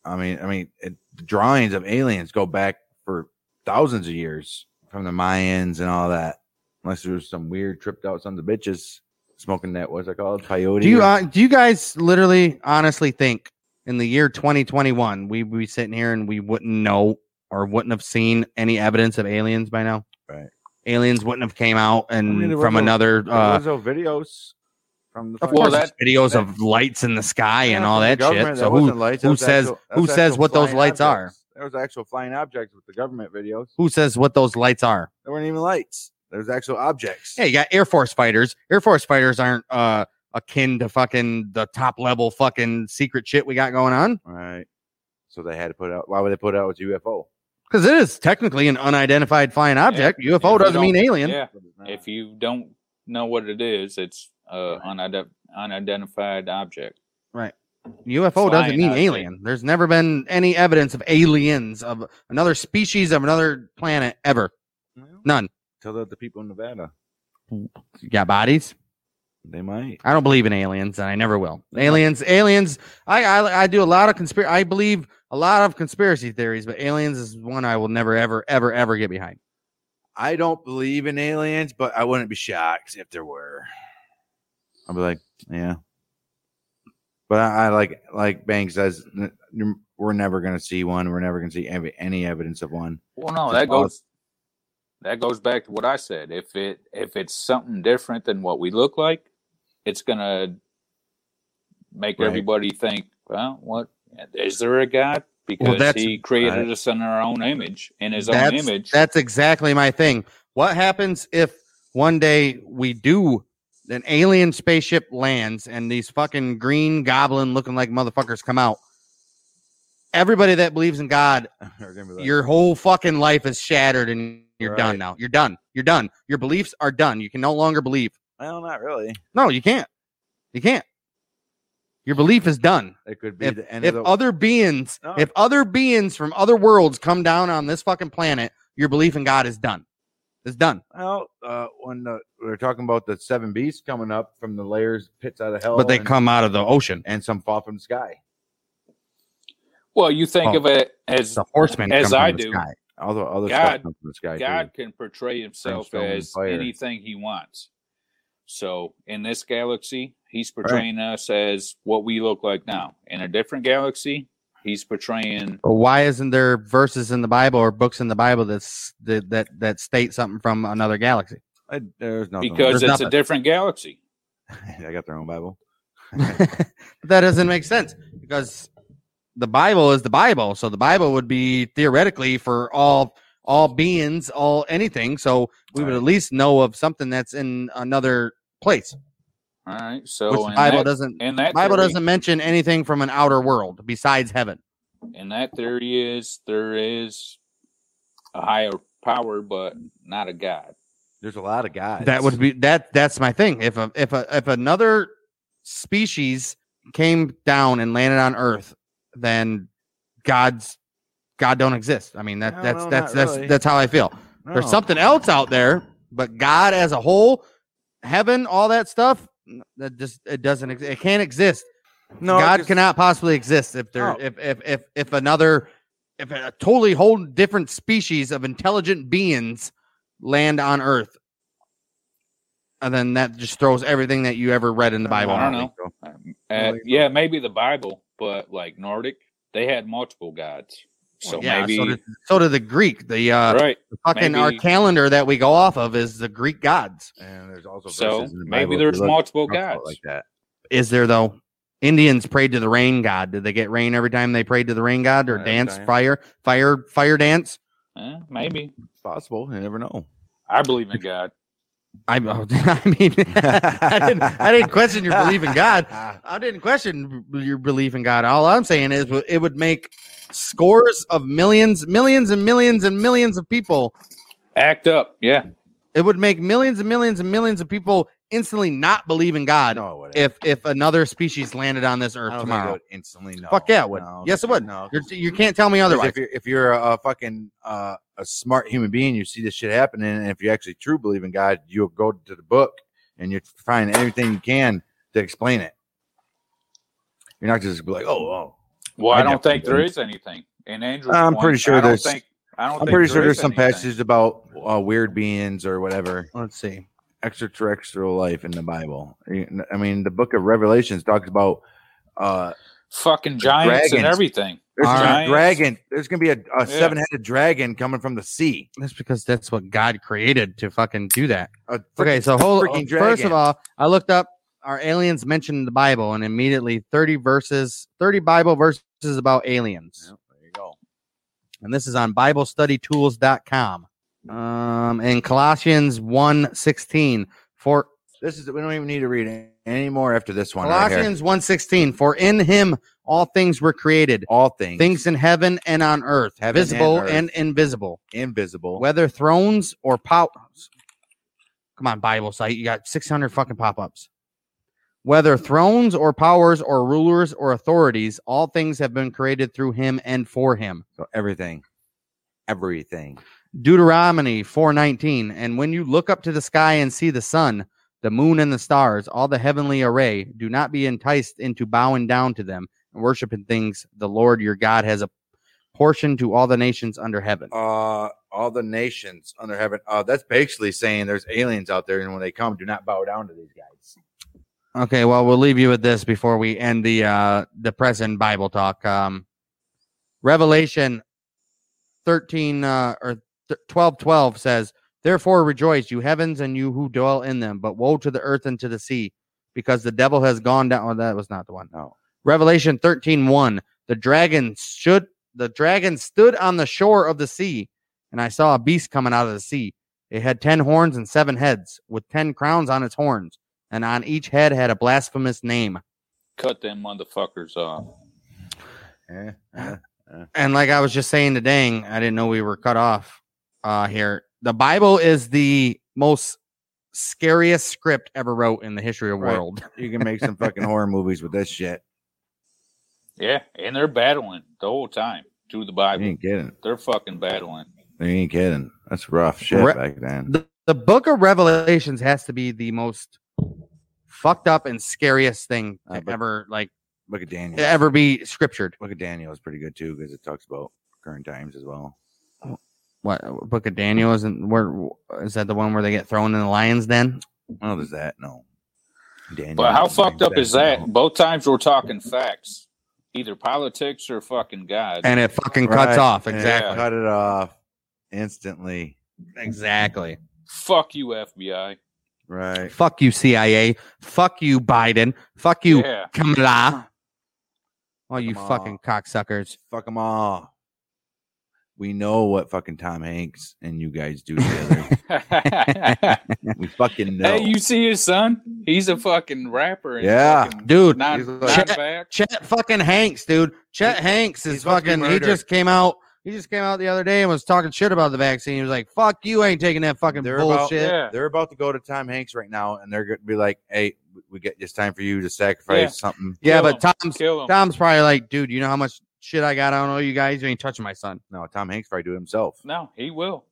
Speaker 4: i mean i mean it, the drawings of aliens go back for thousands of years from the mayans and all that unless there was some weird tripped out sons of bitches smoking that what's it called peyote
Speaker 2: Do you uh, do you guys literally honestly think in the year 2021 we'd be sitting here and we wouldn't know or wouldn't have seen any evidence of aliens by now?
Speaker 4: Right.
Speaker 2: Aliens wouldn't have came out and
Speaker 4: I mean, there was
Speaker 2: from
Speaker 4: no-
Speaker 2: another
Speaker 4: There
Speaker 2: uh
Speaker 4: was no videos from the
Speaker 2: of
Speaker 4: fucking-
Speaker 3: Well,
Speaker 2: course,
Speaker 3: that-
Speaker 2: there's videos
Speaker 4: that-
Speaker 2: of lights in the sky
Speaker 4: Yeah,
Speaker 2: and all
Speaker 4: from the
Speaker 2: that shit.
Speaker 4: government,
Speaker 2: So
Speaker 4: that
Speaker 2: who
Speaker 4: wasn't lights,
Speaker 2: who
Speaker 4: that was
Speaker 2: says-
Speaker 4: actual- that
Speaker 2: who
Speaker 4: was
Speaker 2: says
Speaker 4: actual
Speaker 2: what those
Speaker 4: flying
Speaker 2: lights are?
Speaker 4: objects. there was actual flying objects with the government videos
Speaker 2: who says what those lights are?
Speaker 4: there weren't even lights there's actual objects
Speaker 2: Yeah, you got Air Force fighters. Air Force fighters aren't uh akin to fucking the top level fucking secret shit we got going on
Speaker 4: all right so they had to put out why would they put out with ufo
Speaker 2: because it is technically an unidentified flying object.
Speaker 3: If
Speaker 2: UFO
Speaker 3: you
Speaker 2: doesn't
Speaker 3: don't-
Speaker 2: mean alien.
Speaker 3: Yeah, if you don't know what it is, it's uh, unide- unidentified object.
Speaker 2: UFO doesn't
Speaker 3: Flying
Speaker 2: mean
Speaker 3: object.
Speaker 2: alien. There's never been any evidence of aliens of another species of another planet ever. None.
Speaker 4: tell that to people in nevada
Speaker 2: You got bodies.
Speaker 4: they might
Speaker 2: I don't believe in aliens, and I never will. Aliens, aliens. I I, I do a lot of conspiracy. I believe a lot of conspiracy theories, but aliens is one I will never, ever, ever, ever get behind.
Speaker 4: I don't believe in aliens, but I wouldn't be shocked if there were. I'd be like, yeah. But I, I like like Bang says, n- n- we're never gonna see one. We're never gonna see any, any evidence of one.
Speaker 3: Well, no,
Speaker 4: Just
Speaker 3: that
Speaker 4: all-
Speaker 3: goes that goes back to what I said. If it if it's something different than what we look like, it's gonna make
Speaker 4: Right.
Speaker 3: everybody think, well, what is there a God?
Speaker 2: Well,
Speaker 3: Because
Speaker 2: that's-
Speaker 3: he created
Speaker 4: Right.
Speaker 3: us in our own image, in his own
Speaker 2: that's,
Speaker 3: image.
Speaker 2: That's exactly my thing. What happens if one day we do an alien spaceship lands and these fucking green goblin looking like motherfuckers come out? Everybody that believes in God,
Speaker 4: They're gonna be like,
Speaker 2: your whole fucking life is shattered and you're
Speaker 4: Right.
Speaker 2: done now. You're done. You're done. Your beliefs are done. You can no longer believe.
Speaker 4: well, not really.
Speaker 2: No, you can't. You can't. Your belief is done.
Speaker 4: It could be
Speaker 2: If,
Speaker 4: the Oh. end
Speaker 2: if
Speaker 4: of the
Speaker 2: other beings,
Speaker 4: No.
Speaker 2: if other beings from other worlds come down on this fucking planet, your belief in God is done. It's done.
Speaker 4: well, uh, when the, we were talking about the seven beasts coming up from the layers pits out of hell,
Speaker 2: but they
Speaker 4: Oh, and,
Speaker 2: come out of the ocean.
Speaker 4: and some fall from the sky.
Speaker 3: well, you think
Speaker 2: Oh.
Speaker 3: of it as
Speaker 2: The horsemen
Speaker 3: As
Speaker 2: come from
Speaker 3: I
Speaker 2: the
Speaker 3: do.
Speaker 2: sky.
Speaker 4: Although other
Speaker 3: God-
Speaker 4: stuff comes from the sky.
Speaker 3: God
Speaker 4: too.
Speaker 3: can portray himself
Speaker 4: Brimstone and
Speaker 3: as
Speaker 4: fire.
Speaker 3: anything he wants. So in this galaxy, he's portraying us as what we look like now. In a different galaxy, he's portraying
Speaker 2: But why isn't there verses in the Bible or books in the Bible that's, that that that state something from another galaxy?
Speaker 4: I, there's nothing.
Speaker 3: because
Speaker 2: There's
Speaker 3: it's
Speaker 2: nothing.
Speaker 3: a different galaxy.
Speaker 4: I got their own Bible.
Speaker 2: that doesn't make sense because the Bible is the Bible. So the Bible would be theoretically for all all beings, all anything. So we would
Speaker 4: Right.
Speaker 2: at least know of something that's in another place.
Speaker 3: All right. So
Speaker 2: which
Speaker 3: in
Speaker 2: the Bible
Speaker 3: that,
Speaker 2: doesn't
Speaker 3: in that
Speaker 2: Bible
Speaker 3: theory,
Speaker 2: doesn't mention anything from an outer world besides heaven.
Speaker 3: in that theory is there is a higher power, but not a god.
Speaker 4: There's a lot of guys.
Speaker 2: That would be that that's my thing. If a if a if another species came down and landed on Earth, then God's God don't exist. I mean that
Speaker 4: No,
Speaker 2: that's
Speaker 4: no,
Speaker 2: that's
Speaker 4: not
Speaker 2: that's
Speaker 4: really.
Speaker 2: that's how I feel. There's
Speaker 4: No.
Speaker 2: something else out there, but God as a whole, heaven, all that stuff, n- that just it doesn't ex- it can't exist
Speaker 4: No,
Speaker 2: God
Speaker 4: 'cause-
Speaker 2: cannot possibly exist if there
Speaker 4: No.
Speaker 2: if, if if if another if a totally whole different species of intelligent beings land on Earth, and then that just throws everything that you ever read in the Bible.
Speaker 3: I don't
Speaker 2: out.
Speaker 3: know.
Speaker 4: think
Speaker 3: Uh,
Speaker 4: I think so.
Speaker 3: yeah, maybe the Bible, but like Nordic, they had multiple gods. So
Speaker 2: yeah,
Speaker 3: maybe
Speaker 2: so, did, so did the Greek. The uh,
Speaker 3: right.
Speaker 2: the fucking our
Speaker 3: maybe-
Speaker 2: calendar that we go off of is the Greek gods.
Speaker 4: so. And there's also
Speaker 3: So
Speaker 4: verses in the Bible
Speaker 3: maybe
Speaker 4: if
Speaker 3: there's
Speaker 4: you look
Speaker 3: multiple
Speaker 4: up
Speaker 3: gods.
Speaker 4: like that.
Speaker 2: Is there though? Indians prayed to the rain god. Did they get rain every time they prayed to the rain god or
Speaker 4: Uh,
Speaker 2: dance
Speaker 4: giant.
Speaker 2: fire fire fire dance?
Speaker 3: Eh, maybe
Speaker 4: It's possible. You never know.
Speaker 3: I believe in God.
Speaker 2: I, oh, I mean, I didn't, I didn't question your belief in God. I didn't question your belief in God. All I'm saying is it would make scores of millions, millions and millions and millions of people.
Speaker 3: Act up. Yeah.
Speaker 2: It would make millions and millions and millions of people instantly not believe in God
Speaker 4: No, it wouldn't.
Speaker 2: if if another species landed on this
Speaker 4: I
Speaker 2: earth
Speaker 4: don't think it
Speaker 2: tomorrow.
Speaker 4: would instantly no.
Speaker 2: Fuck yeah, it would.
Speaker 4: No,
Speaker 2: Yes, it would.
Speaker 4: No, 'cause-
Speaker 2: You're, you can't tell me
Speaker 4: 'cause
Speaker 2: otherwise.
Speaker 4: If you're if you're a, a fucking uh, a smart human being, you see this shit happening, and if you actually true believe in God, you'll go to the book and you find everything you can to explain it. You're not just like, oh, oh.
Speaker 3: Well, I,
Speaker 4: I
Speaker 3: don't
Speaker 4: definitely
Speaker 3: think there
Speaker 4: don't.
Speaker 3: is anything. And Andrew,
Speaker 4: I'm pretty sure
Speaker 3: I don't
Speaker 4: there's-
Speaker 3: Think, I don't
Speaker 4: I'm
Speaker 3: think
Speaker 4: pretty
Speaker 3: there
Speaker 4: sure there's
Speaker 3: is
Speaker 4: some
Speaker 3: anything.
Speaker 4: passages about uh, weird beings or whatever
Speaker 2: Let's see.
Speaker 4: extraterrestrial life in the Bible. You- I mean, the Book of Revelations talks about uh,
Speaker 3: Fucking giants and
Speaker 4: dragons.
Speaker 3: everything.
Speaker 4: there's
Speaker 2: All
Speaker 4: gonna be
Speaker 3: right.
Speaker 4: a dragon. There's gonna be a, a
Speaker 3: Yeah.
Speaker 4: seven-headed dragon coming from the sea.
Speaker 2: That's because that's what God created to fucking do that.
Speaker 4: A
Speaker 2: Okay, so hold
Speaker 4: freaking
Speaker 2: First of
Speaker 4: dragon.
Speaker 2: all, I looked up our aliens mentioned in the Bible, and immediately thirty verses, thirty Bible verses about aliens,
Speaker 4: Yeah, there you go.
Speaker 2: and this is on BibleStudyTools.com. Um, and Colossians 1 for
Speaker 4: This is we don't even need to read it anymore after this one. right here.
Speaker 2: Colossians 1 for in him all things were created,
Speaker 4: all things,
Speaker 2: things in heaven and on earth,
Speaker 4: Heaven and
Speaker 2: visible
Speaker 4: earth.
Speaker 2: and invisible,
Speaker 4: invisible.
Speaker 2: whether thrones or powers. Come on, Bible site. You got 600 fucking pop ups. Whether thrones or powers or rulers or authorities, all things have been created through him and for him.
Speaker 4: so everything, everything.
Speaker 2: Deuteronomy 4:19 And when you look up to the sky and see the sun, the moon and the stars, all the heavenly array, do not be enticed into bowing down to them and worshiping things the Lord your God has apportioned to all the nations under heaven.
Speaker 4: Uh, all the nations under heaven. Uh, that's basically saying there's aliens out there, and when they come, do not bow down to these guys.
Speaker 2: Okay, well, we'll leave you with this before we end the uh, the present Bible talk. Um, Revelation thirteen uh, or th- twelve twelve says, "Therefore rejoice, you heavens, and you who dwell in them. But woe to the earth and to the sea, because the devil has gone down." Oh, that was not the one.
Speaker 4: No.
Speaker 2: Revelation 13 The dragon should the dragon stood on the shore of the sea, and I saw a beast coming out of the sea. It had ten horns and seven heads, with ten crowns on its horns, and on each head had a blasphemous name.
Speaker 3: Cut them motherfuckers off.
Speaker 4: Eh, eh.
Speaker 2: And like I was just saying to Dang, I didn't know we were cut off uh here. The Bible is the most scariest script ever wrote in the history of the
Speaker 4: Right.
Speaker 2: world.
Speaker 4: you can make some fucking horror movies with this shit.
Speaker 3: Yeah, and they're battling the whole time through the
Speaker 4: You
Speaker 3: Bible.
Speaker 4: ain't kidding.
Speaker 3: They're fucking battling.
Speaker 4: You ain't kidding. That's rough shit
Speaker 2: Re-
Speaker 4: back then.
Speaker 2: the, the book of revelations has to be the most fucked up and scariest thing
Speaker 4: Uh,
Speaker 2: to
Speaker 4: but-
Speaker 2: ever like
Speaker 4: Look at Daniel.
Speaker 2: ever be scriptured
Speaker 4: Look at Daniel is pretty good too because it talks about current times as well.
Speaker 2: what book of daniel isn't where is that the one where they get thrown in the lion's den
Speaker 4: Oh, there's that. No. Daniel.
Speaker 3: But how fucked up is
Speaker 4: No.
Speaker 3: that? Both times we're talking facts, either politics or fucking God.
Speaker 2: and it fucking cuts
Speaker 4: Right.
Speaker 2: off
Speaker 4: Yeah,
Speaker 2: exactly
Speaker 4: Cut it off instantly.
Speaker 2: exactly
Speaker 3: Fuck you, FBI.
Speaker 4: Right.
Speaker 2: fuck you cia fuck you biden fuck you
Speaker 3: Yeah.
Speaker 2: kamala all you
Speaker 4: Kamala.
Speaker 2: fucking cocksuckers
Speaker 4: Fuck them all. We know what fucking Tom Hanks and you guys do together. we fucking know.
Speaker 3: Hey, you see his son? He's a fucking rapper. And
Speaker 4: Yeah.
Speaker 3: fucking
Speaker 2: dude
Speaker 3: Not,
Speaker 4: He's like-
Speaker 3: not
Speaker 2: Chet-
Speaker 3: back.
Speaker 2: Chet fucking Hanks, dude. Chet Hanks
Speaker 4: he's
Speaker 2: is
Speaker 4: about to be
Speaker 2: fucking. He
Speaker 4: murdered.
Speaker 2: just came out. He just came out the other day and was talking shit about the vaccine. He was like, "Fuck you, ain't taking that fucking
Speaker 4: They're about-
Speaker 2: bullshit."
Speaker 3: Yeah.
Speaker 4: They're about to go to Tom Hanks right now, and they're going to be like, "Hey, we get it's time for you to sacrifice
Speaker 3: Yeah.
Speaker 4: something."
Speaker 2: yeah,
Speaker 3: Kill
Speaker 2: but Tom's
Speaker 3: Kill him.
Speaker 2: Tom's probably like, "Dude, you know how much shit I got? I don't know you guys. You ain't touching my son."
Speaker 4: No, Tom Hanks probably do it himself.
Speaker 3: No, he will.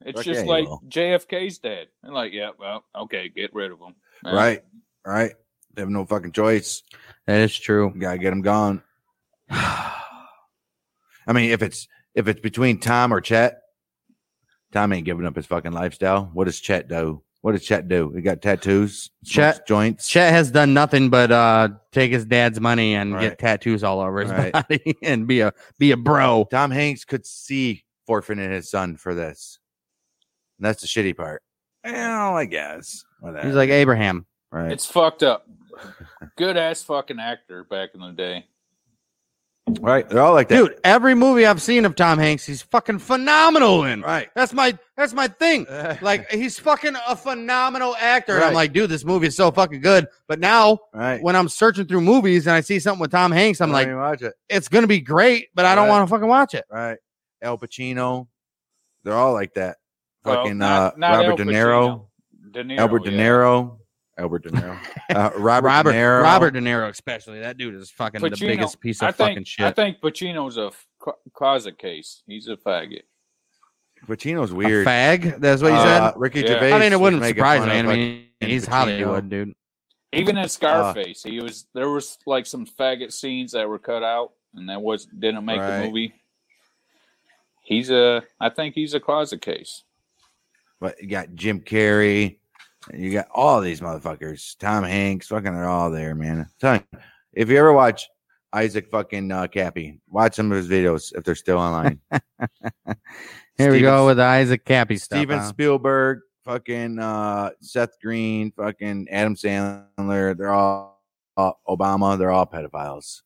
Speaker 3: It's
Speaker 4: Fuck
Speaker 3: just
Speaker 4: yeah, he
Speaker 3: like
Speaker 4: will.
Speaker 3: JFK's dad. And like, yeah, well, okay, get rid of him. Yeah.
Speaker 4: Right. Right. They have no fucking choice.
Speaker 2: That is true.
Speaker 4: Gotta get them gone. I mean, if it's if it's between Tom or Chet, Tom ain't giving up his fucking lifestyle. What does Chet do? What does Chet do? He got tattoos,
Speaker 2: Chet-
Speaker 4: smokes joints.
Speaker 2: Chet has done nothing but uh, take his dad's money and
Speaker 4: Right.
Speaker 2: get tattoos all over his
Speaker 4: Right.
Speaker 2: body and be a be a bro.
Speaker 4: Tom Hanks could see forfeiting his son for this. And that's the shitty part. Well, I guess.
Speaker 2: He's like Abraham.
Speaker 4: right.
Speaker 3: It's fucked up. Good ass fucking actor back in the day.
Speaker 4: right. They're all like that.
Speaker 2: Dude, every movie I've seen of Tom Hanks, he's fucking phenomenal in.
Speaker 4: Right.
Speaker 2: That's my that's my thing. Like he's fucking a phenomenal actor. And I'm
Speaker 4: Right.
Speaker 2: like, dude, this movie is so fucking good. But now
Speaker 4: right.
Speaker 2: when I'm searching through movies and I see something with Tom Hanks, I'm
Speaker 4: Don't
Speaker 2: like,
Speaker 4: even watch it.
Speaker 2: it's gonna be great, but I don't
Speaker 4: Right.
Speaker 2: want to fucking watch it.
Speaker 4: Right. El Pacino. They're all like that.
Speaker 3: Well,
Speaker 4: Fucking
Speaker 3: not-
Speaker 4: uh,
Speaker 3: not
Speaker 4: Robert
Speaker 3: El
Speaker 4: De Niro.
Speaker 3: Pacino. De Niro.
Speaker 4: Albert De
Speaker 3: yeah.
Speaker 4: Niro. Albert De Niro. Uh, Robert,
Speaker 2: Robert,
Speaker 4: De Niro.
Speaker 2: Robert De Niro, especially that dude is fucking the
Speaker 3: Pacino.
Speaker 2: biggest piece of
Speaker 3: I
Speaker 2: fucking
Speaker 3: think, I
Speaker 2: shit.
Speaker 3: think Pacino's a f- cl- closet case. He's a faggot.
Speaker 4: Pacino's
Speaker 2: A
Speaker 4: weird.
Speaker 2: fag. That's what you
Speaker 4: Uh,
Speaker 2: said.
Speaker 4: Ricky
Speaker 3: Yeah.
Speaker 4: Gervais.
Speaker 2: I mean, it
Speaker 4: was
Speaker 2: wouldn't
Speaker 4: making
Speaker 2: surprise
Speaker 4: fun
Speaker 2: me. I
Speaker 4: of, like,
Speaker 2: mean, he's
Speaker 4: Pacino.
Speaker 2: Hollywood, dude.
Speaker 3: Even
Speaker 4: Uh,
Speaker 3: in Scarface, he was there was like some faggot scenes that were cut out, and that was didn't make
Speaker 4: Right.
Speaker 3: the movie. He's a, I think he's a closet case.
Speaker 4: But you got Jim Carrey, and you got all these motherfuckers. Tom Hanks, fucking, they're all there, man. I'm telling you, if you ever watch Isaac fucking uh, Cappy, watch some of his videos if they're still online.
Speaker 2: Here we
Speaker 4: Steven-
Speaker 2: go with the Isaac Cappy stuff.
Speaker 4: Steven
Speaker 2: huh?
Speaker 4: Spielberg, fucking uh, Seth Green, fucking Adam Sandler. They're all uh, Obama. They're all pedophiles.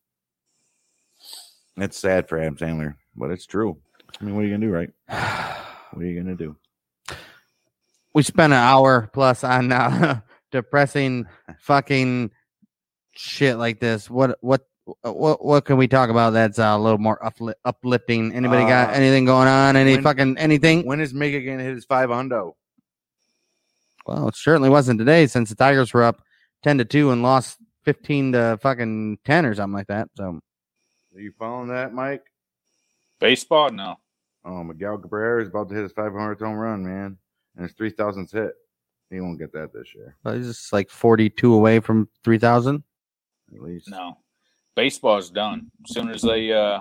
Speaker 4: It's sad for Adam Sandler, but it's true. I mean, what are you gonna do, right? What are you gonna do?
Speaker 2: we spent an hour plus on uh, depressing fucking shit like this. What what what what can we talk about that's uh, a little more upli- uplifting? Anybody got
Speaker 4: Uh,
Speaker 2: anything going on? Any
Speaker 4: when-
Speaker 2: fucking anything?
Speaker 4: When is Mega gonna hit his five hundo?
Speaker 2: well, it certainly wasn't today since the Tigers were up ten to two and lost fifteen to fucking ten or something like that. So
Speaker 4: Are you following that, Mike?
Speaker 3: Baseball, no.
Speaker 4: Oh, Miguel Cabrera is about to hit his 500th home run, man, and his 3,000th hit. He won't get that this year,
Speaker 2: well, he's just like forty two away from three thousand.
Speaker 4: at least.
Speaker 3: No, baseball's done. As soon as they uh,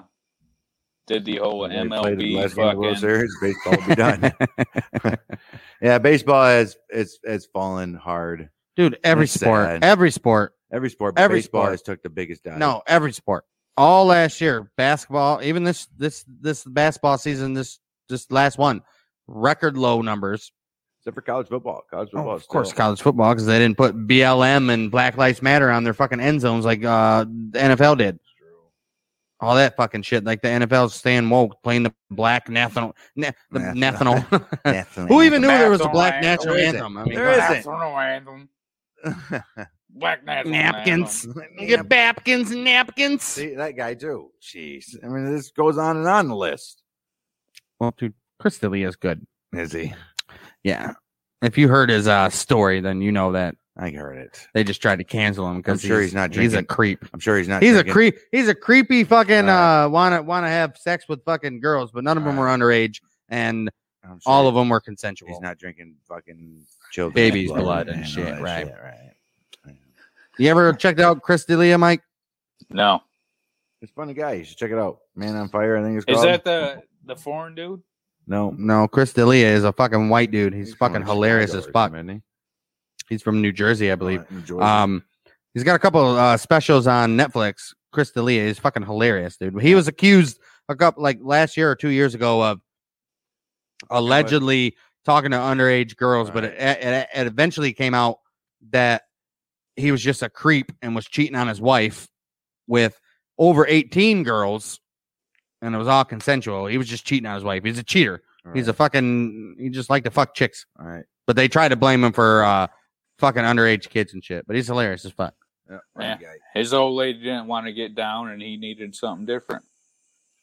Speaker 3: did the whole
Speaker 4: They played the
Speaker 3: MLB
Speaker 4: last game of the World
Speaker 3: fucking,
Speaker 4: Series, baseball will be done. yeah, baseball has it's it's fallen hard.
Speaker 2: Dude, every
Speaker 4: That's
Speaker 2: sport,
Speaker 4: sad.
Speaker 2: every sport,
Speaker 4: Every sport, but
Speaker 2: Every
Speaker 4: baseball
Speaker 2: sport.
Speaker 4: has took the biggest dive.
Speaker 2: No, every sport. All last year, basketball, even this this this basketball season, this this last one, record low numbers.
Speaker 4: except for college football. College
Speaker 2: Oh,
Speaker 4: football,
Speaker 2: of course,
Speaker 4: still-
Speaker 2: college football because they didn't put BLM and Black Lives Matter on their fucking end zones like uh, the NFL did. All that fucking shit, like the NFL's staying woke, playing the black national, na- the
Speaker 4: National.
Speaker 2: national.
Speaker 4: Definitely.
Speaker 2: Who even knew there was a
Speaker 3: National
Speaker 2: black
Speaker 3: anthem.
Speaker 2: national
Speaker 4: There isn't.
Speaker 2: anthem? I mean,
Speaker 4: There
Speaker 2: God.
Speaker 4: isn't.
Speaker 3: National anthem. Black national
Speaker 2: napkins,
Speaker 3: anthem.
Speaker 2: get napkins, napkins.
Speaker 4: See that guy too. Jeez, I mean, this goes on and on the list.
Speaker 2: Well, dude, Chris D'Elia is good.
Speaker 4: Is he?
Speaker 2: Yeah. If you heard his uh, story, then you know that
Speaker 4: I heard it.
Speaker 2: they just tried to cancel him because
Speaker 4: I'm sure he's not
Speaker 2: He's a
Speaker 4: drinking.
Speaker 2: creep.
Speaker 4: I'm sure he's not.
Speaker 2: He's a
Speaker 4: drinking.
Speaker 2: creep. He's a creepy fucking
Speaker 4: Alright.
Speaker 2: uh, wanna wanna have sex with fucking girls, but none of them were underage, and
Speaker 4: I'm sure
Speaker 2: all of them were consensual.
Speaker 4: uh, He's not drinking fucking children,
Speaker 2: Baby's blood and shit,
Speaker 4: all that
Speaker 2: right.
Speaker 4: right.
Speaker 2: You ever checked out Chris D'Elia, Mike?
Speaker 3: No,
Speaker 4: It's a funny guy. You should check it out. Man on Fire. I think it's
Speaker 3: is
Speaker 4: called.
Speaker 3: that the the foreign dude?
Speaker 4: no?
Speaker 2: No, Chris D'Elia is a fucking white dude. He's,
Speaker 4: from
Speaker 2: fucking
Speaker 4: Chicago
Speaker 2: hilarious as
Speaker 4: or
Speaker 2: fuck.
Speaker 4: something, isn't
Speaker 2: He's from New Jersey, I
Speaker 4: he?
Speaker 2: believe.
Speaker 4: Uh, in Georgia.
Speaker 2: Um, he's got a couple uh, specials on Netflix. Chris D'Elia is fucking hilarious, dude. He was accused a couple like last year or two years ago of allegedly talking to underage girls, but it, it, it eventually came out that he was just a creep and was cheating on his wife with over 18 girls and it was all consensual he was just cheating on his wife he's a cheater
Speaker 4: All
Speaker 2: he's a
Speaker 4: right,
Speaker 2: fucking he just like to fuck chicks
Speaker 4: all right.
Speaker 2: but they tried to blame him for uh fucking underage kids and shit but he's hilarious as fuck
Speaker 4: Yeah, funny guy.
Speaker 3: His old lady didn't want to get down, and he needed something different.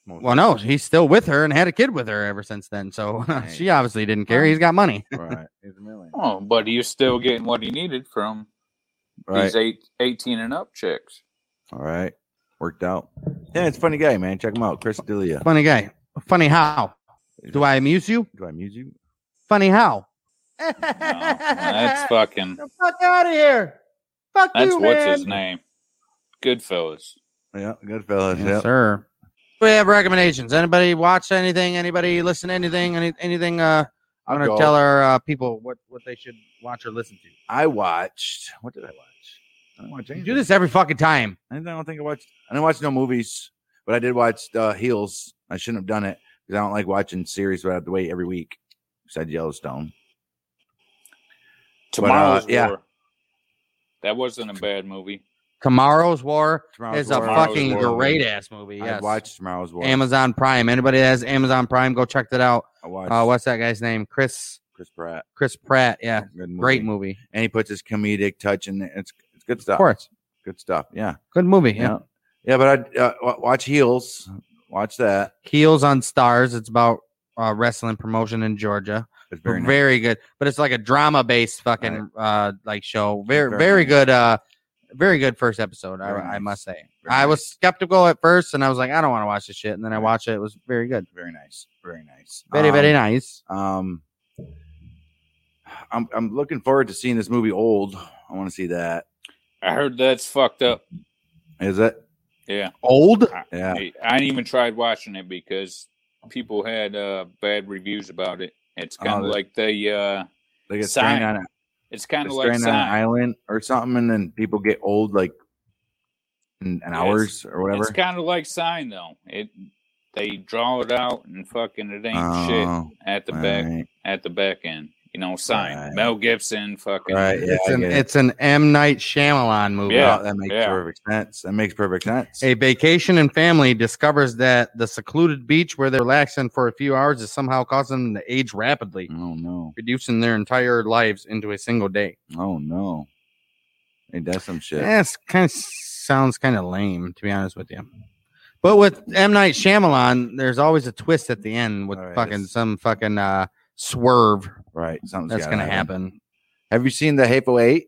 Speaker 4: Most-
Speaker 2: Well, no, he's still with her and had a kid with her ever since then. So
Speaker 4: Nice.
Speaker 2: she obviously didn't care. He's got money.
Speaker 4: right. He's a million.
Speaker 3: Oh, but he was still getting what he needed from
Speaker 4: Right.
Speaker 3: these eight, 18 and up chicks.
Speaker 4: All right. Worked out. Yeah, it's a funny guy, man. Check him out, Chris D'Elia.
Speaker 2: Funny guy. Funny how? Do I amuse you?
Speaker 4: Do I mute you?
Speaker 2: Funny how?
Speaker 3: No, that's fucking.
Speaker 2: fuck out of here. Fuck
Speaker 3: That's
Speaker 2: you,
Speaker 3: what's
Speaker 2: man.
Speaker 3: his name. Goodfellas.
Speaker 4: Yeah, good fellas.
Speaker 2: Yes,
Speaker 4: Yeah.
Speaker 2: sir. We have recommendations. Anybody watch anything? Anybody listen to anything? Any, anything? Uh, I'm
Speaker 4: I'll
Speaker 2: gonna
Speaker 4: go.
Speaker 2: tell our uh, people what what they should watch or listen to.
Speaker 4: I watched. What did I watch? I didn't watch
Speaker 2: You
Speaker 4: anything.
Speaker 2: do this every fucking time.
Speaker 4: I don't think I watched. I didn't watch no movies, but I did watch uh, Heels. I shouldn't have done it because I don't like watching series where I have to wait every week. Besides Yellowstone, But, uh,
Speaker 3: Tomorrow's
Speaker 4: yeah.
Speaker 3: War. That wasn't a bad movie.
Speaker 2: Tomorrow's War
Speaker 4: tomorrow's
Speaker 2: is a
Speaker 4: War.
Speaker 3: Tomorrow's
Speaker 2: fucking
Speaker 3: War.
Speaker 2: great ass movie. Yes.
Speaker 4: I watched tomorrow's war.
Speaker 2: Amazon Prime. Anybody that has Amazon Prime, go check that out.
Speaker 4: I watched
Speaker 2: Uh, what's that guy's name? Chris
Speaker 4: Chris Pratt.
Speaker 2: Chris Pratt. Yeah,
Speaker 4: Good
Speaker 2: great movie.
Speaker 4: And he puts his comedic touch in. There. It's it's good stuff.
Speaker 2: Of course,
Speaker 4: Good stuff. Yeah.
Speaker 2: good movie. Yeah. Uh-huh.
Speaker 4: Yeah. Yeah, but I uh, wa- watch Heels. Watch that.
Speaker 2: Heels on Stars. It's about uh, wrestling promotion in Georgia.
Speaker 4: It's very
Speaker 2: very,
Speaker 4: nice.
Speaker 2: good. But it's like a drama based fucking uh like show. Very
Speaker 4: Very
Speaker 2: very,
Speaker 4: nice.
Speaker 2: good. Uh, very good first episode. I,
Speaker 4: Very
Speaker 2: I
Speaker 4: nice.
Speaker 2: must say.
Speaker 4: Very
Speaker 2: I
Speaker 4: nice.
Speaker 2: was skeptical at first, and I was like, I don't want to watch this shit. And then I
Speaker 4: Right.
Speaker 2: watched it. It was very good.
Speaker 4: Very nice. Very nice.
Speaker 2: Very
Speaker 4: Um,
Speaker 2: very nice.
Speaker 4: Um, I'm I'm looking forward to seeing this movie. Old. I want to see that.
Speaker 3: I heard that's fucked up.
Speaker 4: Is it?
Speaker 3: Yeah.
Speaker 2: Old.
Speaker 4: Yeah.
Speaker 3: I ain't even tried watching it because people had uh, bad reviews about it. It's kind
Speaker 4: Oh,
Speaker 3: of
Speaker 4: that-
Speaker 3: like they uh,
Speaker 4: They get
Speaker 3: Sign-
Speaker 4: stranded on, a-
Speaker 3: it's kind of
Speaker 4: they're
Speaker 3: like
Speaker 4: stranded on an
Speaker 3: Sign.
Speaker 4: island or something, and then people get old like in, in
Speaker 3: Yeah,
Speaker 4: hours or whatever.
Speaker 3: It's kind of like Sign though. It they draw it out and fucking it ain't shit
Speaker 4: Oh,
Speaker 3: at the
Speaker 4: all
Speaker 3: back
Speaker 4: right.
Speaker 3: at the back end. You know, Sign
Speaker 4: Right.
Speaker 3: Mel Gibson fucking uh,
Speaker 4: Right, yeah,
Speaker 2: it's
Speaker 4: I
Speaker 2: an
Speaker 4: get it.
Speaker 2: it's an M Night Shyamalan movie.
Speaker 3: Yeah,
Speaker 4: Wow, that makes
Speaker 3: yeah.
Speaker 4: perfect sense. That makes perfect sense.
Speaker 2: A vacation and family discovers that the secluded beach where they're relaxing for a few hours is somehow causing them to age rapidly,
Speaker 4: Oh no!
Speaker 2: reducing their entire lives into a single day.
Speaker 4: Oh no! Hey, that's some shit.
Speaker 2: That's kind of sounds kind of lame, to be honest with you. But with M Night Shyamalan, there's always a twist at the end with
Speaker 4: All right,
Speaker 2: fucking
Speaker 4: it's-
Speaker 2: some fucking uh, swerve
Speaker 4: Right, something's
Speaker 2: that's
Speaker 4: gotta
Speaker 2: gonna happen.
Speaker 4: Have you seen the Hateful Eight?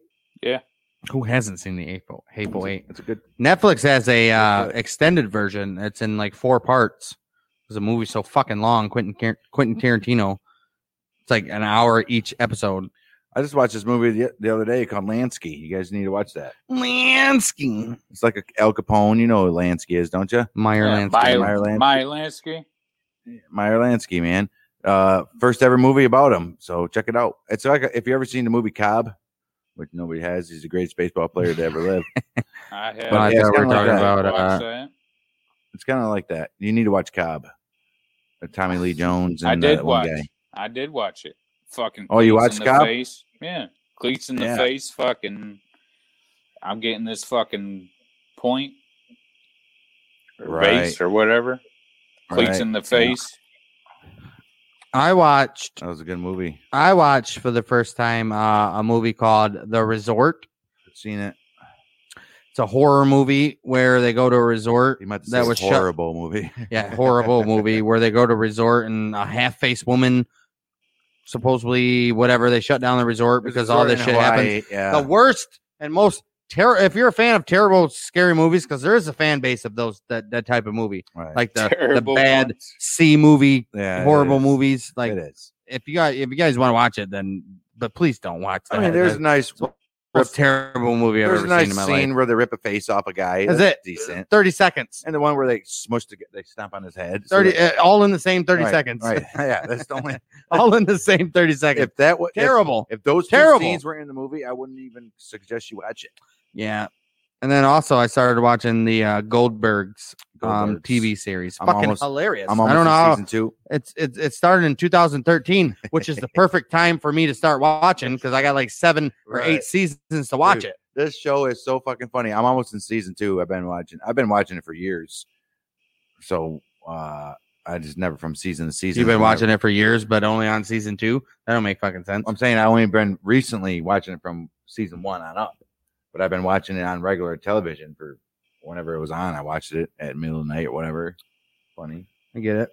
Speaker 2: Who hasn't seen the April Hateful Eight?
Speaker 4: It's a good.
Speaker 2: Netflix has a uh,
Speaker 4: Netflix.
Speaker 2: extended version. It's in like four parts. It was a movie so fucking long. Quentin Tar- Quentin Tarantino. It's like an hour each episode.
Speaker 4: I just watched this movie the, the other day called Lansky. You guys need to watch that.
Speaker 2: Lansky,
Speaker 4: It's like a Al Capone. You know who Lansky is, don't you?
Speaker 2: Meyer
Speaker 3: Yeah,
Speaker 2: Lansky.
Speaker 3: Meyer-
Speaker 4: Meyer Lansky.
Speaker 3: Meyer Lansky.
Speaker 4: Meyer Lansky, man. Uh, first ever movie about him. So check it out. It's like a, if you ever seen the movie Cobb, which nobody has. He's the greatest baseball player to ever live.
Speaker 3: I have.
Speaker 2: Well, I
Speaker 4: Yeah,
Speaker 2: thought we
Speaker 4: something
Speaker 2: were
Speaker 4: like
Speaker 2: talking
Speaker 4: that.
Speaker 2: about uh,
Speaker 3: Watch that.
Speaker 4: It's kind of like that. You need to watch Cobb. Uh, Tommy Lee Jones. And
Speaker 3: I
Speaker 4: uh,
Speaker 3: did
Speaker 4: that one
Speaker 3: watch.
Speaker 4: guy.
Speaker 3: I did watch it. Fucking.
Speaker 4: Oh, you
Speaker 3: cleats
Speaker 4: watched
Speaker 3: in the
Speaker 4: Cobb?
Speaker 3: Face. Yeah, cleats in the
Speaker 4: Yeah.
Speaker 3: face. Fucking. I'm getting this fucking point. Or
Speaker 4: Right.
Speaker 3: Base or whatever. Cleats
Speaker 4: Right.
Speaker 3: in the face.
Speaker 2: I watched
Speaker 4: That was a good movie.
Speaker 2: I watched for the first time uh, a movie called The Resort.
Speaker 4: I've seen it.
Speaker 2: It's a horror movie where they go to a resort.
Speaker 4: You might have to
Speaker 2: That
Speaker 4: say
Speaker 2: was shut-
Speaker 4: horrible movie.
Speaker 2: Yeah, horrible movie where they go to a resort and a half faced woman, supposedly whatever, they shut down the resort because all this shit happens.
Speaker 4: Yeah.
Speaker 2: The worst and most terrible. If you're a fan of terrible scary movies, because there is a fan base of those that that type of movie,
Speaker 4: Right.
Speaker 2: like the
Speaker 3: Terrible
Speaker 2: the bad
Speaker 3: ones.
Speaker 2: C movie,
Speaker 4: Yeah, it
Speaker 2: horrible
Speaker 4: is.
Speaker 2: movies. Like
Speaker 4: it is.
Speaker 2: if you guys if you guys want to watch it, then but please don't watch that.
Speaker 4: I mean, there's a nice
Speaker 2: most terrible movie I've
Speaker 4: There's
Speaker 2: ever
Speaker 4: a nice
Speaker 2: seen in my
Speaker 4: scene
Speaker 2: life.
Speaker 4: where they rip a face off a guy.
Speaker 2: That's it.
Speaker 4: Decent.
Speaker 2: 30 seconds.
Speaker 4: And the one where they smush to get, they stomp on his head. So
Speaker 2: 30
Speaker 4: that-
Speaker 2: uh, all in the same 30
Speaker 4: right,
Speaker 2: seconds.
Speaker 4: Right. Yeah. That's the only.
Speaker 2: all in the same 30 seconds.
Speaker 4: if that was
Speaker 2: Terrible.
Speaker 4: If, if those two
Speaker 2: Terrible.
Speaker 4: scenes were in the movie, I wouldn't even suggest you watch it.
Speaker 2: yeah. And then also I started watching the uh, Goldbergs, um
Speaker 4: Goldbergs.
Speaker 2: TV series.
Speaker 4: I'm
Speaker 2: Fucking
Speaker 4: almost-
Speaker 2: hilarious.
Speaker 4: I'm
Speaker 2: I
Speaker 4: almost
Speaker 2: don't know
Speaker 4: in
Speaker 2: how
Speaker 4: season two.
Speaker 2: it's it's it started in 2013, which is the perfect time for me to start watching because I got like seven or
Speaker 4: Right.
Speaker 2: eight seasons to watch
Speaker 4: Dude,
Speaker 2: it.
Speaker 4: This show is so fucking funny. I'm almost in season two. I've been watching. I've been watching it for years. So uh I just never from season to season.
Speaker 2: You've been
Speaker 4: I've
Speaker 2: watching it for years, but only on season two. That don't make fucking sense.
Speaker 4: I'm saying I only been recently watching it from season one on up, but I've been watching it on regular television for whenever it was on. I watched it at middle of the night or whatever. Funny,
Speaker 2: I get it.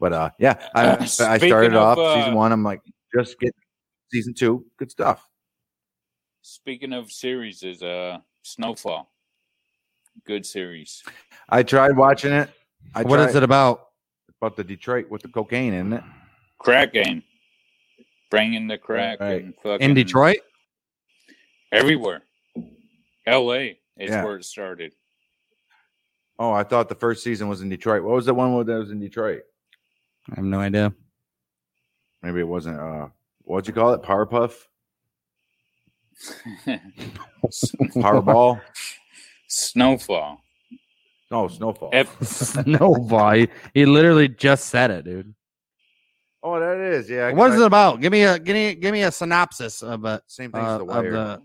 Speaker 4: but uh, yeah, I,
Speaker 3: Uh,
Speaker 4: I
Speaker 3: speaking
Speaker 4: started
Speaker 3: of,
Speaker 4: off
Speaker 3: uh,
Speaker 4: season one. I'm like, just get season two. Good stuff.
Speaker 3: Speaking of series, is uh Snowfall. Good series.
Speaker 4: I tried watching it. I
Speaker 2: What is
Speaker 4: tried-
Speaker 2: it about?
Speaker 4: about the Detroit with the cocaine in it?
Speaker 3: Crack game. Bringing the crack
Speaker 4: Right.
Speaker 3: and fucking
Speaker 2: In Detroit?
Speaker 3: everywhere. L.A. is
Speaker 4: Yeah.
Speaker 3: where it started.
Speaker 4: Oh, I thought the first season was in Detroit. What was the one that was in Detroit?
Speaker 2: I have no idea.
Speaker 4: Maybe it wasn't. Uh, what'd you call it? Powerpuff, Powerball.
Speaker 3: Snowfall.
Speaker 4: no, Snowfall.
Speaker 3: F-
Speaker 2: Snowball. He literally just said it, dude.
Speaker 4: oh, that is. Yeah.
Speaker 2: What is it
Speaker 4: the
Speaker 2: about? Give me a give me give me a synopsis of it.
Speaker 4: same thing
Speaker 2: Uh,
Speaker 4: as
Speaker 2: of
Speaker 4: the wire?
Speaker 2: the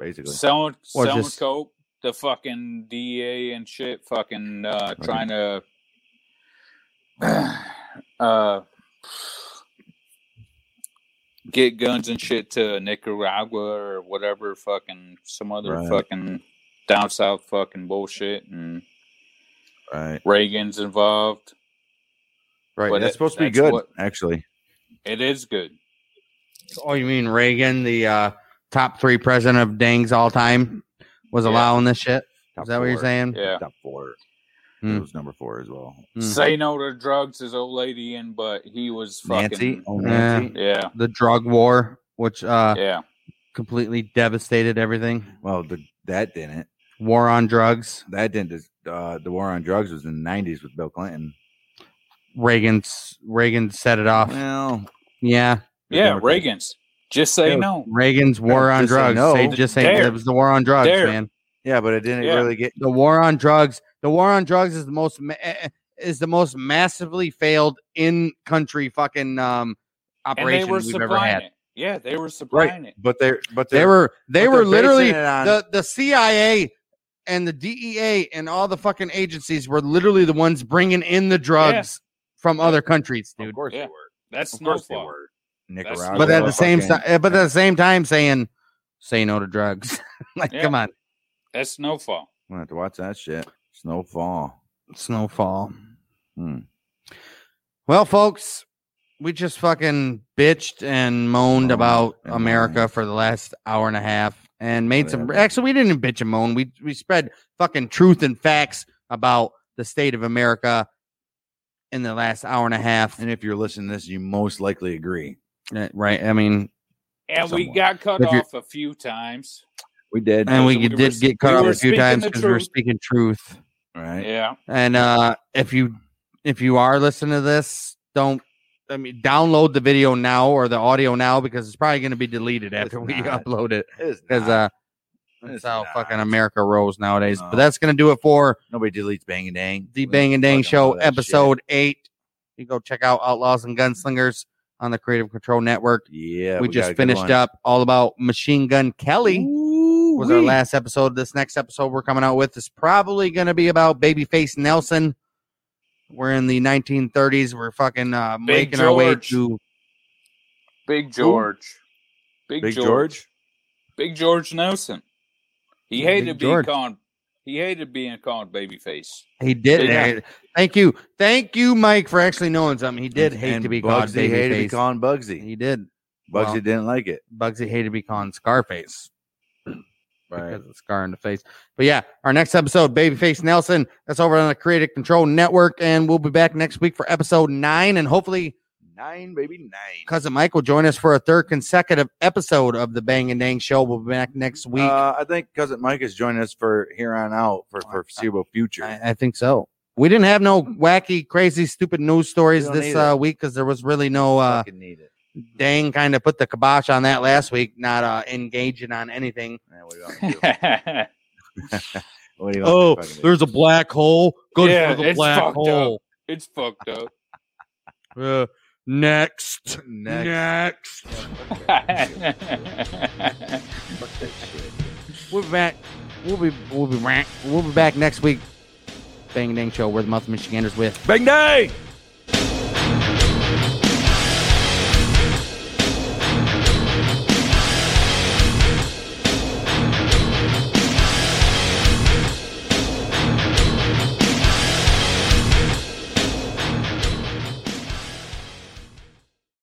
Speaker 4: basically,
Speaker 3: selling
Speaker 2: Or
Speaker 3: selling
Speaker 2: just-
Speaker 3: coke, the fucking DEA and shit, fucking uh, trying to uh, get guns and shit to Nicaragua or whatever, fucking some other
Speaker 4: Right.
Speaker 3: fucking down south fucking bullshit, and
Speaker 4: right?
Speaker 3: Reagan's involved.
Speaker 4: Right.
Speaker 3: But
Speaker 4: that's
Speaker 3: it-
Speaker 4: supposed to be
Speaker 3: that's
Speaker 4: good,
Speaker 3: what-
Speaker 4: actually.
Speaker 3: It is good.
Speaker 2: Oh, you mean Reagan, the uh, top three president of Dang's all time, was
Speaker 3: Yeah.
Speaker 2: allowing this shit?
Speaker 4: Top
Speaker 2: Is that what you're
Speaker 4: four.
Speaker 2: saying?
Speaker 3: Yeah.
Speaker 4: Top four.
Speaker 2: Hmm.
Speaker 4: It was number four as well.
Speaker 2: Mm.
Speaker 3: Say no to drugs is old lady in, but he was
Speaker 4: Nancy.
Speaker 3: fucking
Speaker 4: Oh, Ah.
Speaker 2: Yeah.
Speaker 4: Nancy.
Speaker 3: yeah,
Speaker 2: The drug war, which uh,
Speaker 3: yeah.
Speaker 2: completely devastated everything.
Speaker 4: Well, the, that didn't.
Speaker 2: War on drugs.
Speaker 4: That didn't. Uh, the war on drugs was in the 90s with Bill Clinton.
Speaker 2: Reagan's Reagan set it off.
Speaker 4: Well,
Speaker 2: Yeah,
Speaker 4: the
Speaker 3: Yeah,
Speaker 4: Democrats-
Speaker 3: Reagan's. Just say
Speaker 4: Yeah.
Speaker 3: no.
Speaker 2: Reagan's war
Speaker 4: Yeah,
Speaker 2: on
Speaker 4: just say
Speaker 2: drugs.
Speaker 4: no.
Speaker 2: Say, just say
Speaker 3: Dare.
Speaker 2: it was the war on drugs,
Speaker 3: Dare.
Speaker 2: man.
Speaker 4: Yeah, but it didn't
Speaker 3: Yeah.
Speaker 4: really get.
Speaker 2: The war on drugs. The war on drugs is the most ma- eh, is the most massively failed in country fucking um operation we've ever had.
Speaker 3: it. Yeah, they were supplying it.
Speaker 4: But they're. But
Speaker 2: They
Speaker 4: they're,
Speaker 2: were they
Speaker 4: but
Speaker 2: were
Speaker 4: they're
Speaker 2: literally
Speaker 4: basing it on-
Speaker 2: the the CIA and the DEA and all the fucking agencies were literally the ones bringing in the drugs from other countries, dude.
Speaker 4: Of course
Speaker 3: Yeah.
Speaker 4: they were.
Speaker 3: That's
Speaker 4: Of course they
Speaker 3: snowfall.
Speaker 4: were.
Speaker 3: That's-
Speaker 4: Nicaragua.
Speaker 2: But at the same
Speaker 4: fucking-
Speaker 2: time, but at the same time, saying say no to drugs. like,
Speaker 3: Yeah.
Speaker 2: come on,
Speaker 3: That's snowfall.
Speaker 4: I'm gonna have to watch that shit. Snowfall.
Speaker 2: snowfall.
Speaker 4: Hmm.
Speaker 2: Well, folks, we just fucking bitched and moaned
Speaker 4: Oh,
Speaker 2: about
Speaker 4: and
Speaker 2: America
Speaker 4: moaned.
Speaker 2: for the last hour and a half and made some.
Speaker 4: Whatever.
Speaker 2: Actually, we didn't bitch and moan. We we spread fucking truth and facts about the state of America in the last hour and a half.
Speaker 4: And if you're listening to this, you most likely agree.
Speaker 2: Uh, Right? I mean,
Speaker 3: And we
Speaker 4: Somewhat.
Speaker 3: got cut
Speaker 2: If you're-
Speaker 3: off a few times.
Speaker 4: We did.
Speaker 2: and we,
Speaker 3: we were-
Speaker 2: did get cut
Speaker 3: we
Speaker 2: off
Speaker 3: were
Speaker 2: a few
Speaker 3: speaking
Speaker 2: times
Speaker 3: the
Speaker 2: because we were
Speaker 3: truth.
Speaker 2: speaking truth.
Speaker 4: right.
Speaker 3: Yeah.
Speaker 2: And uh if you if you are listening to this, don't I mean download the video now or the audio now because it's probably going to be deleted after
Speaker 4: It's
Speaker 2: we
Speaker 4: not.
Speaker 2: upload it
Speaker 4: It is
Speaker 2: because
Speaker 4: not.
Speaker 2: uh that's
Speaker 4: It's
Speaker 2: how
Speaker 4: not.
Speaker 2: fucking America rolls nowadays. But
Speaker 4: No.
Speaker 2: that's going to do it for
Speaker 4: Nobody deletes Bang and Dang.
Speaker 2: the
Speaker 4: We
Speaker 2: Bang and Dang
Speaker 4: fucking
Speaker 2: Show
Speaker 4: love that shit.
Speaker 2: episode 8. You go check out Outlaws and Gunslingers on the Creative Control Network.
Speaker 4: Yeah,
Speaker 2: we,
Speaker 4: got a
Speaker 2: just
Speaker 4: good
Speaker 2: finished
Speaker 4: one.
Speaker 2: up all about Machine Gun Kelly was our
Speaker 4: Ooh-wee.
Speaker 2: last episode. This next episode we're coming out with is probably going to be about Babyface Nelson. We're in the 1930s. We're fucking uh, making our way
Speaker 3: George.
Speaker 2: to
Speaker 3: Big George. Big,
Speaker 4: Big
Speaker 3: George.
Speaker 4: George?
Speaker 3: Big George Nelson. He hated
Speaker 2: Big
Speaker 3: being
Speaker 2: George.
Speaker 3: called he hated being called babyface.
Speaker 2: he did.
Speaker 3: Yeah.
Speaker 2: Thank you, thank you, Mike, for actually knowing something. He did hate
Speaker 4: And
Speaker 2: to be called
Speaker 4: Bugsy. hated to be
Speaker 2: Babyface.
Speaker 4: called Bugsy.
Speaker 2: he did.
Speaker 4: Bugsy
Speaker 2: Well-
Speaker 4: didn't like it.
Speaker 2: Bugsy hated to be called Scarface
Speaker 4: Right.
Speaker 2: because of the scar in the face. But yeah, our next episode, Babyface Nelson. That's over on the Creative Control Network, and we'll be back next week for episode nine, and hopefully.
Speaker 4: Nine, baby, nine.
Speaker 2: cousin Mike will join us for a third consecutive episode of the Bang and Dang Show. We'll be back next week.
Speaker 4: Uh, I think cousin Mike is joining us for here on out for, for foreseeable future.
Speaker 2: I, I think so. We didn't have no wacky, crazy, stupid news stories
Speaker 4: don't
Speaker 2: this
Speaker 4: either.
Speaker 2: uh, week because there was really no uh,
Speaker 4: Fucking need it.
Speaker 2: Dang kind of put the kibosh on that last week, not uh, engaging on anything.
Speaker 4: Man, what are you gonna do?
Speaker 3: yeah,
Speaker 4: What are you gonna do, fucking do?
Speaker 2: Oh, a black hole.
Speaker 3: Yeah, it's fucked it's fucked up.
Speaker 2: Uh, next.
Speaker 4: Next.
Speaker 2: Next. We'll be back. We'll be we'll be back. We'll be back next week. Bang and Dang Show. We're the Month of Michiganders with
Speaker 4: Bang Dang!